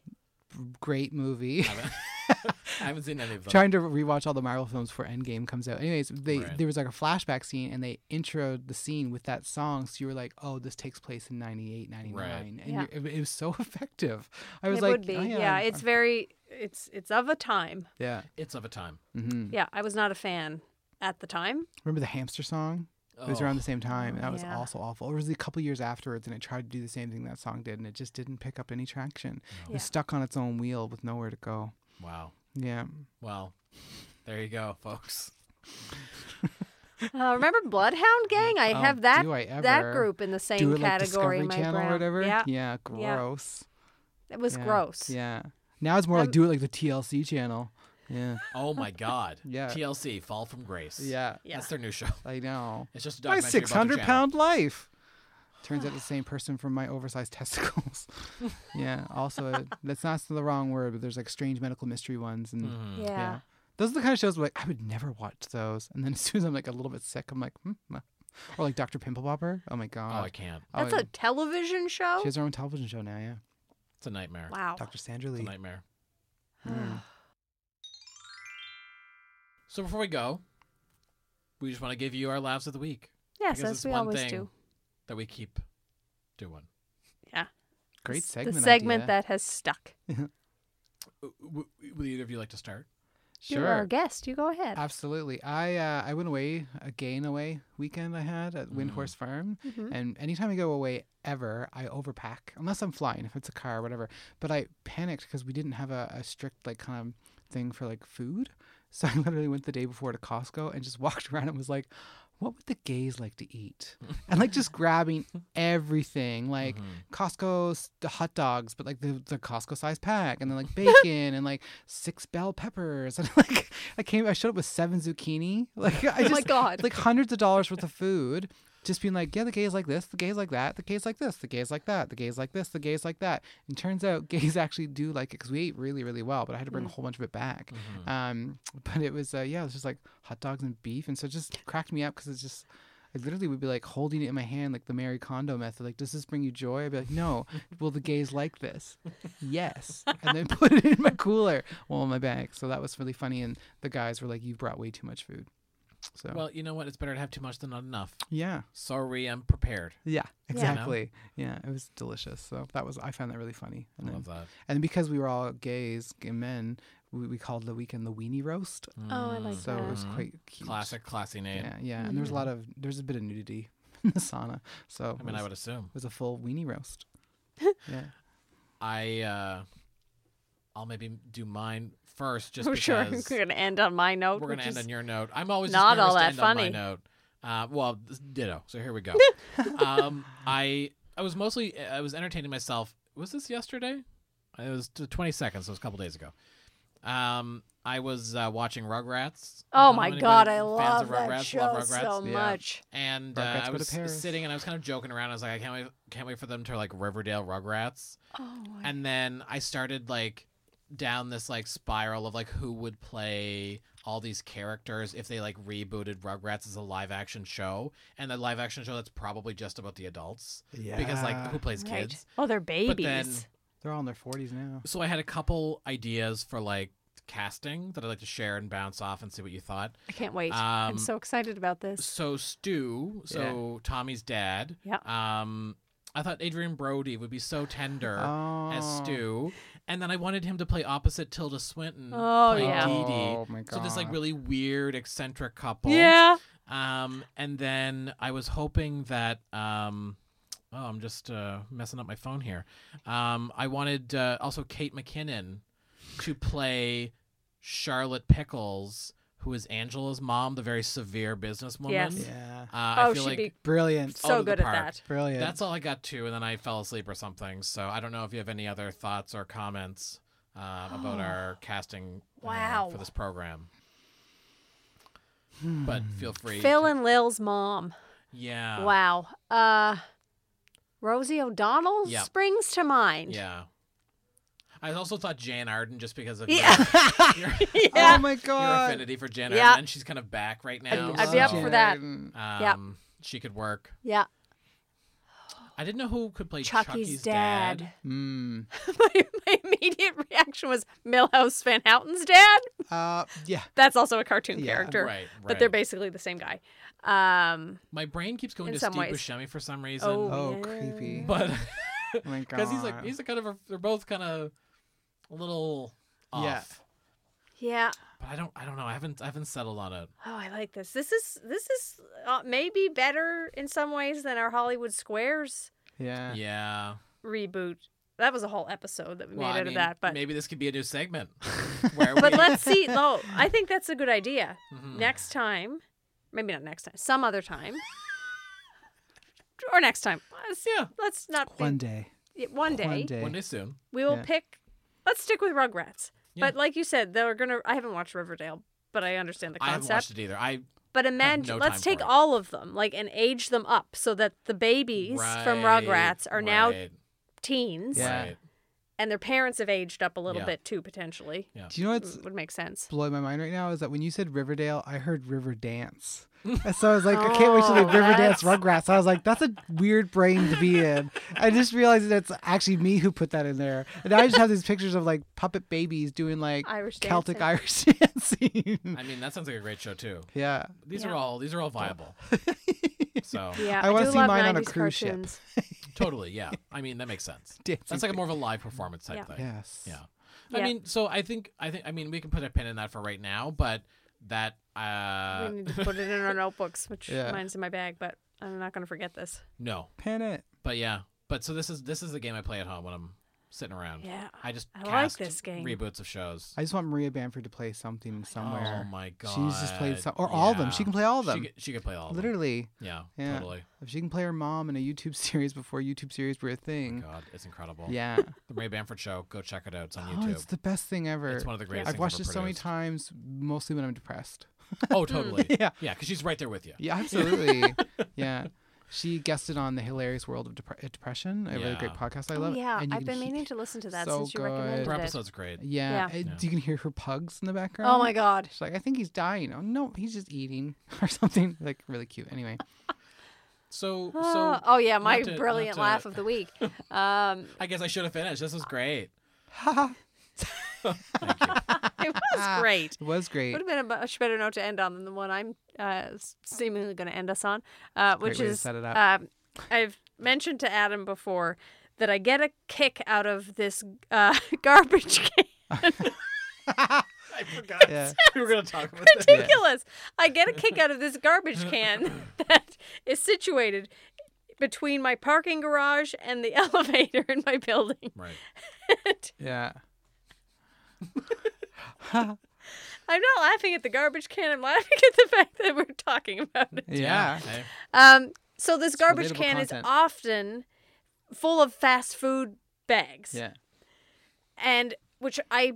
Speaker 3: great movie.
Speaker 1: I haven't seen any of them.
Speaker 3: trying to rewatch all the Marvel films before Endgame comes out. Anyways, they
Speaker 1: Right.
Speaker 3: there was like a flashback scene and they introed the scene with that song, so you were like, "Oh, this takes place in 98, 99. and
Speaker 2: Yeah.
Speaker 3: you're- it, it was so effective. I was
Speaker 2: It
Speaker 3: like,
Speaker 2: would be.
Speaker 3: "Oh, yeah,
Speaker 2: Yeah,
Speaker 3: I'm-
Speaker 2: it's very it's it's of a time.
Speaker 3: I'm- yeah."
Speaker 1: It's of a time.
Speaker 3: hmm
Speaker 2: Yeah, I was not a fan at the time.
Speaker 3: Remember the hamster song? It was
Speaker 1: Oh.
Speaker 3: around the same time. and That was
Speaker 2: Yeah.
Speaker 3: also awful. Or was it a couple years afterwards, and it tried to do the same thing that song did, and it just didn't pick up any traction. It
Speaker 2: Yeah.
Speaker 3: was stuck on its own wheel with nowhere to go.
Speaker 1: Wow.
Speaker 3: Yeah.
Speaker 1: Well, there you go, folks.
Speaker 2: Uh, remember Bloodhound Gang? I
Speaker 3: Oh,
Speaker 2: have that
Speaker 3: do I ever
Speaker 2: that group in the same
Speaker 3: do it like
Speaker 2: category.
Speaker 3: Discovery
Speaker 2: in my
Speaker 3: Channel
Speaker 2: brain.
Speaker 3: or whatever.
Speaker 2: Yeah,
Speaker 3: gross.
Speaker 2: it was
Speaker 3: Yeah,
Speaker 2: gross.
Speaker 3: Yeah. Now it's more
Speaker 2: Um,
Speaker 3: like do it like the TLC channel. Yeah.
Speaker 1: Oh my God.
Speaker 3: Yeah.
Speaker 1: TLC, Fall from Grace.
Speaker 3: Yeah.
Speaker 2: Yeah.
Speaker 1: That's their new show.
Speaker 3: I know.
Speaker 1: It's just a
Speaker 3: My
Speaker 1: documentary.
Speaker 3: six
Speaker 1: about their
Speaker 3: hundred
Speaker 1: channel.
Speaker 3: pound life. Turns out the same person from my oversized testicles. yeah. Also, uh, that's not the wrong word, but there's like strange medical mystery ones, and
Speaker 1: Mhm.
Speaker 2: Yeah.
Speaker 3: yeah. those are the kind of shows where like I would never watch those. And then as soon as I'm like a little bit sick, I'm like, hmm, nah. or like Doctor Pimple Popper. Oh my
Speaker 1: Oh, I
Speaker 3: god.
Speaker 1: can't.
Speaker 2: That's
Speaker 3: yeah.
Speaker 2: a television show.
Speaker 3: she has her own television show now. Yeah.
Speaker 1: It's a nightmare.
Speaker 2: Wow.
Speaker 3: Doctor Sandra
Speaker 1: It's a
Speaker 3: Lee.
Speaker 1: nightmare.
Speaker 3: Mm.
Speaker 1: So before we go, we just want to give you our laughs of the week
Speaker 2: yes,
Speaker 1: Because
Speaker 2: as
Speaker 1: it's
Speaker 2: we
Speaker 1: one
Speaker 2: always
Speaker 1: thing.
Speaker 2: do.
Speaker 1: that we keep doing.
Speaker 3: Great
Speaker 2: It's
Speaker 3: segment.
Speaker 2: The segment
Speaker 3: idea.
Speaker 2: that has stuck.
Speaker 1: W- Uh, w- Would either of you like to start?
Speaker 2: You're
Speaker 3: Sure.
Speaker 2: our guest. You go ahead.
Speaker 3: Absolutely. I uh, I went away a gain away weekend I had at
Speaker 1: Mm.
Speaker 3: Windhorse Farm,
Speaker 2: Mhm.
Speaker 3: and anytime I go away ever, I overpack unless I'm flying, if it's a car or whatever. But I panicked because we didn't have a, a strict like kind of thing for like food, so I literally went the day before to Costco and just walked around and was like, "What would the gays like to eat?" and like just grabbing
Speaker 1: Mm-hmm.
Speaker 3: everything,
Speaker 2: Mm-hmm.
Speaker 3: like Costco's the hot dogs, but like the, the Costco size pack, and then like bacon and like six bell peppers, and like I came, I showed up with seven zucchini, like I
Speaker 2: Oh
Speaker 3: just
Speaker 2: my God.
Speaker 3: like hundreds of dollars worth of food, just being like, yeah, the gays like this, the gays like that, the gays like this, the gays like that, the gays like this, the gays like that, and turns out gays actually do like it because we ate really really well, but I had to bring a whole bunch of it back, um, but it was uh, yeah, it was just like hot dogs and beef, and so it just cracked me up because it's just. I literally would be like holding it in my hand, like the Mary Kondo method. Like, does this bring you joy? I'd be like, no. Will the gays like this? Yes. And then put it in my cooler, well, in my bag. So that was really funny. And the guys were like, you brought way too much food. So
Speaker 1: Well, you know what? It's better to have too much than not enough.
Speaker 3: yeah,
Speaker 1: Sorry, I'm prepared.
Speaker 3: yeah,
Speaker 1: exactly.
Speaker 3: exactly. Yeah. it was delicious. So that was I found that really funny.
Speaker 1: I
Speaker 3: And then,
Speaker 1: love that.
Speaker 3: and because we were all gays, gay men, we, we called the weekend the weenie roast.
Speaker 2: Oh, I Hmm. like
Speaker 3: So it was
Speaker 1: Mhm.
Speaker 3: quite cute.
Speaker 1: Classic, classy
Speaker 3: Yeah,
Speaker 1: name.
Speaker 3: yeah. And there was a lot of there's a bit of nudity in the sauna. So
Speaker 1: I mean,
Speaker 3: it was,
Speaker 1: I would assume.
Speaker 3: it was a full weenie roast. yeah.
Speaker 1: I, uh, I'll maybe do mine first, just
Speaker 2: I'm sure I'm
Speaker 1: because
Speaker 2: going to end on my note.
Speaker 1: we're
Speaker 2: which
Speaker 1: gonna end
Speaker 2: is-
Speaker 1: on your note. I'm always just
Speaker 2: not
Speaker 1: nervous
Speaker 2: all
Speaker 1: to
Speaker 2: that
Speaker 1: end on my
Speaker 2: funny.
Speaker 1: note. Uh, well, this- ditto. So here we go. um, I I was mostly I was entertaining myself. Was this yesterday? It was the 22nd, so it was a couple days ago. Um, I was uh, watching Rugrats.
Speaker 2: Oh
Speaker 1: don't know
Speaker 2: my
Speaker 1: anybody-
Speaker 2: god, I
Speaker 1: fans of
Speaker 2: love that
Speaker 1: Rugrats,
Speaker 2: show
Speaker 1: love
Speaker 2: so
Speaker 1: Rugrats.
Speaker 3: Yeah.
Speaker 2: much.
Speaker 1: And uh,
Speaker 3: Rugrats
Speaker 1: I
Speaker 3: Go to
Speaker 1: was
Speaker 3: Paris.
Speaker 1: sitting and I was kind of joking around. I was like, I can't wait, can't wait for them to like Riverdale Rugrats.
Speaker 2: Oh my
Speaker 1: And then I started like down this like spiral of like who would play all these characters if they like rebooted Rugrats as a live action show, and the live action show that's probably just about the adults
Speaker 3: Yeah.
Speaker 1: because like who plays
Speaker 2: right.
Speaker 1: kids.
Speaker 2: Oh, they're
Speaker 1: then-
Speaker 2: babies.
Speaker 3: They're all in their 40s now.
Speaker 1: So I had a couple ideas for like casting that I'd like to share and bounce off and see what you thought.
Speaker 2: I can't wait.
Speaker 1: um,
Speaker 2: I'm so excited about this.
Speaker 1: So Stu, so Tommy's dad.
Speaker 2: Yeah.
Speaker 1: Um, I thought Adrian Brody would be so tender
Speaker 3: Oh.
Speaker 1: as Stu, and then I wanted him to play opposite Tilda Swinton.
Speaker 2: Oh,
Speaker 1: playing
Speaker 2: yeah.
Speaker 1: Dee Dee.
Speaker 3: Oh my god.
Speaker 1: So this like really weird eccentric couple.
Speaker 2: Yeah.
Speaker 1: Um, and then I was hoping that um, oh, I'm just uh, messing up my phone here. Um, I wanted uh, also Kate McKinnon to play Charlotte Pickles, who is Angela's mom, the very severe businesswoman.
Speaker 2: Yes.
Speaker 3: Yeah.
Speaker 1: Uh, I
Speaker 2: oh,
Speaker 1: feel
Speaker 2: she'd
Speaker 1: like
Speaker 2: be
Speaker 3: Brilliant.
Speaker 1: out
Speaker 2: so
Speaker 1: of the
Speaker 2: good at
Speaker 1: park.
Speaker 2: that.
Speaker 3: Brilliant.
Speaker 1: that's all I got to, and then I fell asleep or something. So I don't know if you have any other thoughts or comments um, about our casting uh,
Speaker 2: Wow.
Speaker 1: for this program.
Speaker 3: Hmm.
Speaker 1: But feel free.
Speaker 2: Phil
Speaker 1: to-
Speaker 2: and Lil's mom.
Speaker 1: yeah.
Speaker 2: Wow. Uh, Rosie O'Donnell
Speaker 1: Yeah.
Speaker 2: springs to mind.
Speaker 1: Yeah. I also thought Jan Arden just because of
Speaker 2: Yeah.
Speaker 1: your, your,
Speaker 2: Um,
Speaker 3: Oh my
Speaker 1: your
Speaker 3: god.
Speaker 1: affinity for Jan
Speaker 2: Yeah.
Speaker 1: Arden. And she's kind of back right now.
Speaker 2: I'd be up
Speaker 1: so,
Speaker 2: for that. Yep.
Speaker 1: Um, She could work.
Speaker 2: Yeah.
Speaker 1: I didn't know who could play
Speaker 2: Chucky's, dad.
Speaker 3: Mm.
Speaker 2: my, my immediate reaction was Milhouse Van Houten's dad.
Speaker 3: Uh, yeah.
Speaker 2: That's also a cartoon
Speaker 3: Yeah.
Speaker 2: character.
Speaker 1: Right,
Speaker 2: But they're
Speaker 1: right.
Speaker 2: basically the same guy. Um,
Speaker 1: My brain keeps going
Speaker 2: In
Speaker 1: to Steve
Speaker 2: some ways.
Speaker 1: Buscemi for some reason.
Speaker 2: Oh.
Speaker 3: Oh,
Speaker 2: Yeah.
Speaker 3: creepy.
Speaker 1: But
Speaker 3: oh my god.
Speaker 1: because he's like he's a kind of a, they're both kind of a little off.
Speaker 3: Yeah.
Speaker 2: yeah.
Speaker 1: But I don't I don't know. I haven't I haven't settled on it.
Speaker 2: Oh, I like this. This is this is uh, maybe better in some ways than our Hollywood Squares
Speaker 3: Yeah.
Speaker 1: Yeah.
Speaker 2: reboot. That was a whole episode that we
Speaker 1: Well,
Speaker 2: made
Speaker 1: I
Speaker 2: out
Speaker 1: mean,
Speaker 2: of that, but
Speaker 1: maybe this could be a new segment. where
Speaker 2: but
Speaker 1: we-
Speaker 2: let's see. No, I think that's a good idea.
Speaker 1: Mhm.
Speaker 2: Next time, maybe not next time, some other time, or next time. Let's,
Speaker 1: Yeah.
Speaker 2: let's not be-
Speaker 3: One day.
Speaker 2: yeah, one day.
Speaker 3: One day.
Speaker 1: One day soon.
Speaker 2: We will
Speaker 3: Yeah.
Speaker 2: pick. Let's stick with Rugrats.
Speaker 1: Yeah.
Speaker 2: But like you said, they're gonna. I haven't watched Riverdale, but I understand the
Speaker 1: I haven't watched
Speaker 2: concept.
Speaker 1: it either. I
Speaker 2: But imagine,
Speaker 1: no time
Speaker 2: let's
Speaker 1: for
Speaker 2: take
Speaker 1: it.
Speaker 2: all of them, like, and age them up so that the babies from Rugrats are now
Speaker 1: right,
Speaker 2: teens,
Speaker 3: Yeah.
Speaker 1: right.
Speaker 2: and their parents have aged up a little
Speaker 1: Yeah.
Speaker 2: bit too, potentially.
Speaker 1: Yeah.
Speaker 3: Do you know what's
Speaker 2: It would make sense.
Speaker 3: blowing my mind right now is that when you said Riverdale, I heard River Dance. And so I was like, I can't wait till they
Speaker 2: Oh,
Speaker 3: River
Speaker 2: that's-
Speaker 3: Dance Rugrats. I was like, that's a weird brain to be in. I just realized that's actually me who put that in there. And I just have these pictures of like puppet babies doing like
Speaker 2: Irish
Speaker 3: Celtic
Speaker 2: dancing.
Speaker 3: Irish dancing.
Speaker 1: I mean, that sounds like a great show too.
Speaker 3: yeah.
Speaker 1: These
Speaker 2: Yeah.
Speaker 1: are all these are all viable. so
Speaker 2: Yeah,
Speaker 3: I
Speaker 2: I,
Speaker 3: wanna
Speaker 2: do
Speaker 3: see
Speaker 2: love
Speaker 3: mine on a
Speaker 2: 90s
Speaker 3: cruise ship.
Speaker 2: cartoons.
Speaker 1: totally, yeah. I mean, that makes sense.
Speaker 3: Dancing
Speaker 1: That's like a more of a live performance type
Speaker 2: Yeah.
Speaker 1: thing.
Speaker 3: Yes.
Speaker 1: Yeah. I
Speaker 2: Yeah.
Speaker 1: mean, so I think I think I mean we can put a pin in that for right now, but that uh
Speaker 2: we need to put it in our notebooks, which
Speaker 3: Yeah.
Speaker 2: mine's in my bag, but I'm not gonna forget this.
Speaker 1: no.
Speaker 3: Pin it.
Speaker 1: But yeah. But so this is this is the game I play at home when I'm sitting
Speaker 3: Mm.
Speaker 1: around.
Speaker 2: Yeah.
Speaker 1: I just
Speaker 2: I like
Speaker 1: cast
Speaker 2: this game.
Speaker 1: reboots of shows.
Speaker 3: I just want Maria Bamford to play something somewhere.
Speaker 1: Oh my god.
Speaker 3: She's just played some, or all of them.
Speaker 1: Yeah.
Speaker 3: She can play all of them.
Speaker 1: She could, she could play all of them.
Speaker 3: Literally,
Speaker 1: Yeah,
Speaker 3: Yeah.
Speaker 1: totally.
Speaker 3: if she can play her mom in a YouTube series before YouTube series were a thing.
Speaker 1: Oh God, it's incredible.
Speaker 3: yeah.
Speaker 1: The Ray Bamford Show. Go check it out. It's on
Speaker 3: Oh,
Speaker 1: YouTube.
Speaker 3: it's the best thing ever.
Speaker 1: It's one of the greatest.
Speaker 3: I've
Speaker 1: things
Speaker 3: watched
Speaker 1: ever
Speaker 3: this so many
Speaker 1: produced.
Speaker 3: times, mostly when I'm depressed.
Speaker 1: Oh, totally.
Speaker 3: Yeah.
Speaker 1: yeah, because she's right there with you.
Speaker 3: Yeah, absolutely. yeah. She guested on the hilarious world of Depre- Depression, a really great
Speaker 1: Yeah.
Speaker 3: podcast. I
Speaker 2: Oh,
Speaker 3: love. it.
Speaker 2: yeah,
Speaker 3: And you
Speaker 2: I've been
Speaker 3: can he-
Speaker 2: meaning to listen to that
Speaker 3: so
Speaker 2: since you
Speaker 1: Her
Speaker 2: recommended it.
Speaker 1: episodes are great.
Speaker 3: Yeah,
Speaker 2: Yeah.
Speaker 3: it-
Speaker 1: Yeah.
Speaker 3: you can hear her pugs in the background.
Speaker 2: Oh my god.
Speaker 3: She's like, I think he's dying. Oh no, he's just eating or something. Like really cute. Anyway,
Speaker 1: So,
Speaker 2: Oh,
Speaker 1: so
Speaker 2: oh yeah, my
Speaker 1: to- not
Speaker 2: brilliant
Speaker 1: to-
Speaker 2: laugh of the week. Um,
Speaker 1: I guess I should have finished. This was great.
Speaker 2: it was great.
Speaker 3: it was great.
Speaker 2: Would have been a much better note to end on than the one I'm uh, seemingly going to end us on, uh,
Speaker 3: great
Speaker 2: which
Speaker 3: way to
Speaker 2: is
Speaker 3: set it up.
Speaker 2: um, I've mentioned to Adam before that I get a kick out of this uh, garbage can.
Speaker 1: I forgot
Speaker 3: Yeah.
Speaker 1: we were going to talk about that.
Speaker 2: ridiculous. I get a kick out of this garbage can that is situated between my parking garage and the elevator in my building.
Speaker 1: Right.
Speaker 3: Yeah.
Speaker 2: I'm not laughing at the garbage can. I'm laughing at the fact that we're talking about it.
Speaker 3: Yeah.
Speaker 1: Okay.
Speaker 2: Um, so this garbage
Speaker 3: relatable
Speaker 2: can
Speaker 3: content.
Speaker 2: is often full of fast food bags,
Speaker 3: Yeah.
Speaker 2: and which I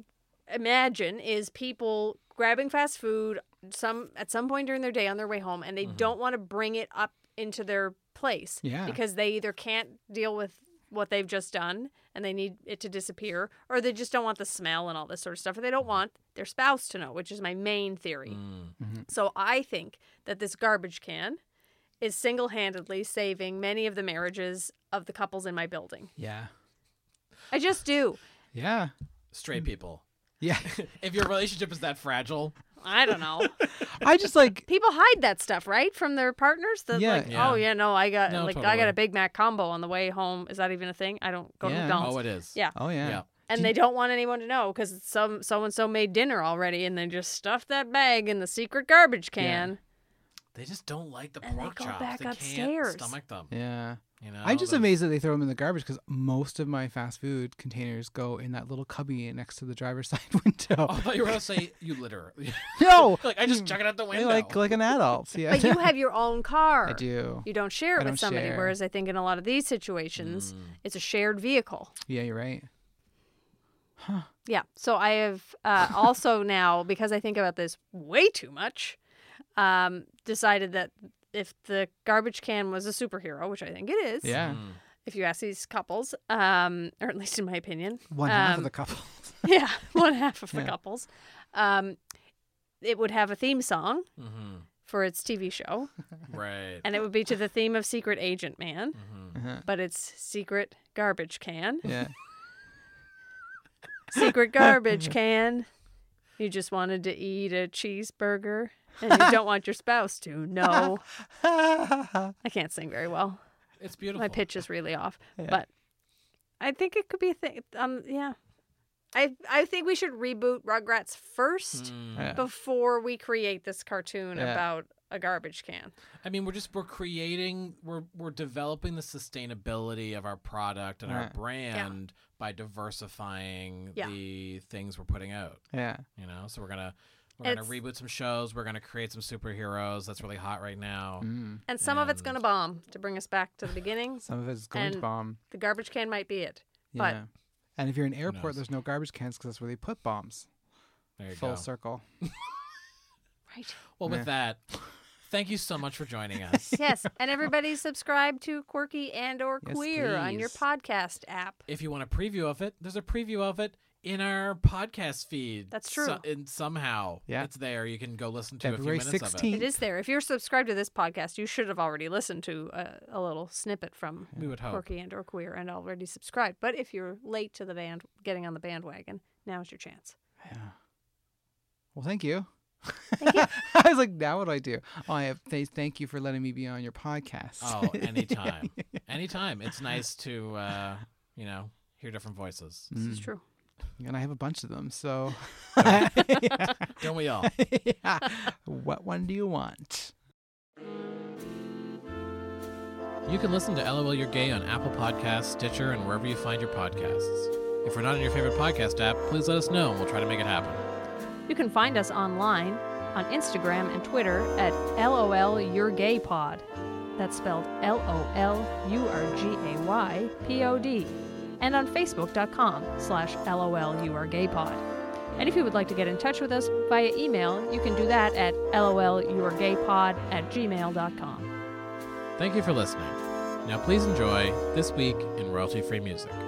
Speaker 2: imagine is people grabbing fast food some at some point during their day on their way home, and they don't want to bring it up into their place
Speaker 3: Yeah.
Speaker 2: because they either can't deal with what they've just done and they need it to disappear, or they just don't want the smell and all this sort of stuff, or they don't want their spouse to know, which is my main theory.
Speaker 1: Mm.
Speaker 2: So I think that this garbage can is single handedly saving many of the marriages of the couples in my building.
Speaker 3: Yeah.
Speaker 2: I just do.
Speaker 3: Yeah.
Speaker 1: Straight people.
Speaker 3: Yeah.
Speaker 1: If your relationship is that fragile,
Speaker 2: I don't know.
Speaker 3: I just like
Speaker 2: People hide that stuff, right, from their partners. That
Speaker 3: Yeah.
Speaker 2: like,
Speaker 1: Yeah.
Speaker 2: oh yeah, no, I got
Speaker 1: No,
Speaker 2: like I
Speaker 1: totally.
Speaker 2: got a Big Mac combo on the way home. Is that even a thing? I don't go to
Speaker 3: Yeah.
Speaker 2: McDonald's.
Speaker 1: oh, it is.
Speaker 2: Yeah.
Speaker 3: Oh yeah.
Speaker 1: Yeah.
Speaker 2: and they don't want anyone to know because some so and so made dinner already, and they just stuff that bag in the secret garbage can.
Speaker 1: They just don't like the
Speaker 2: And they
Speaker 1: pork
Speaker 2: go
Speaker 1: chops.
Speaker 2: back
Speaker 1: they
Speaker 2: upstairs.
Speaker 1: can't stomach them.
Speaker 3: Yeah.
Speaker 1: You know,
Speaker 3: I'm just
Speaker 1: they're-
Speaker 3: amazed that they throw them in the garbage because most of my fast food containers go in that little cubby next to the driver's side window.
Speaker 1: Oh, I thought you were gonna say you litter.
Speaker 3: no,
Speaker 1: like I just
Speaker 2: Mm.
Speaker 1: chuck it out the
Speaker 3: I
Speaker 1: window.
Speaker 3: like like an adult. Yeah,
Speaker 2: But you have your own car.
Speaker 3: I do.
Speaker 2: You don't share it
Speaker 3: I don't
Speaker 2: with somebody.
Speaker 3: share. Mm.
Speaker 2: Whereas I think in a lot of these situations, it's a shared vehicle.
Speaker 3: Yeah, you're right.
Speaker 2: Yeah. So I have uh, also now, because I think about this way too much, um, decided that if the garbage can was a superhero, which I think it is,
Speaker 3: Yeah,
Speaker 1: Mm.
Speaker 2: if you ask these couples, um, or at least in my opinion,
Speaker 3: one half
Speaker 2: Um,
Speaker 3: of the couples.
Speaker 2: yeah, one half of the
Speaker 3: Yeah.
Speaker 2: couples, um, it would have a theme song
Speaker 1: Mhm.
Speaker 2: for its TV show,
Speaker 1: Right.
Speaker 2: and it would be to the theme of Secret Agent Man,
Speaker 1: Mhm.
Speaker 3: Uh-huh.
Speaker 2: but it's Secret Garbage Can.
Speaker 3: Yeah,
Speaker 2: secret garbage can. You just wanted to eat a cheeseburger and you don't want your spouse to know. I can't sing very well.
Speaker 1: It's beautiful.
Speaker 2: My pitch is really off, but I think it could be a thing. Um, yeah. I, I think we should reboot Rugrats first
Speaker 1: Mm.
Speaker 3: Yeah.
Speaker 2: before we create this cartoon
Speaker 3: Yeah.
Speaker 2: about a garbage can.
Speaker 1: I mean, we're just we're creating, we're we're developing the sustainability of our product and our
Speaker 3: Right.
Speaker 1: brand by diversifying
Speaker 2: Yeah.
Speaker 1: the things we're putting out.
Speaker 3: yeah,
Speaker 1: You know, so we're gonna we're gonna
Speaker 2: It's-
Speaker 1: reboot some shows. We're gonna create some superheroes. That's really hot right now.
Speaker 3: mm.
Speaker 2: And some of it's going to bomb to bring us back to the beginning.
Speaker 3: some of it's going to
Speaker 2: And-
Speaker 3: bomb.
Speaker 2: The garbage can might be it.
Speaker 3: Yeah,
Speaker 2: But-
Speaker 3: and if you're in an airport,
Speaker 1: knows?
Speaker 3: there's no garbage cans because that's where they put bombs.
Speaker 1: There you
Speaker 3: Full
Speaker 1: go.
Speaker 3: circle.
Speaker 2: Right.
Speaker 1: Well, with that, thank you so much for joining us.
Speaker 2: yes, and everybody subscribe to Quirky and or
Speaker 3: Yes,
Speaker 2: Queer on your
Speaker 3: please.
Speaker 2: podcast app.
Speaker 1: if you want a preview of it, there's a preview of it in our podcast feed.
Speaker 2: That's
Speaker 1: So,
Speaker 2: true.
Speaker 1: and somehow,
Speaker 3: Yeah.
Speaker 1: it's there. You can go listen to
Speaker 3: February
Speaker 1: a few minutes of it.
Speaker 2: It
Speaker 3: 16th.
Speaker 2: is there. If you're subscribed to this podcast, you should have already listened to a, a little snippet from
Speaker 1: We would hope.
Speaker 2: Quirky and or Queer and already subscribed. But if you're late to the band getting on the bandwagon, now's your chance.
Speaker 3: Yeah. Well, thank you. I was like, now what do I do? Oh, I have th- thank you for letting me be on your podcast.
Speaker 1: Oh, anytime, anytime. It's nice to uh, you know hear different voices,
Speaker 3: Mm. Hmm.
Speaker 2: This is true.
Speaker 3: and I have a bunch of them. So,
Speaker 1: don't we all?
Speaker 3: yeah. what one do you want?
Speaker 1: You can listen to LOL You're Gay on Apple Podcasts, Stitcher, and wherever you find your podcasts. If we're not on your favorite podcast app, please let us know and we'll try to make it happen.
Speaker 2: You can find us online on Instagram and Twitter at LOL Your Gay Pod. That's spelled L O L U R G A Y P O D. And on Facebook.com slash LOL You Are Gay Pod. And if you would like to get in touch with us via email, you can do that at LOL You Are Gay Pod at gmail.com.
Speaker 1: Thank you for listening. Now please enjoy This Week in Royalty Free Music.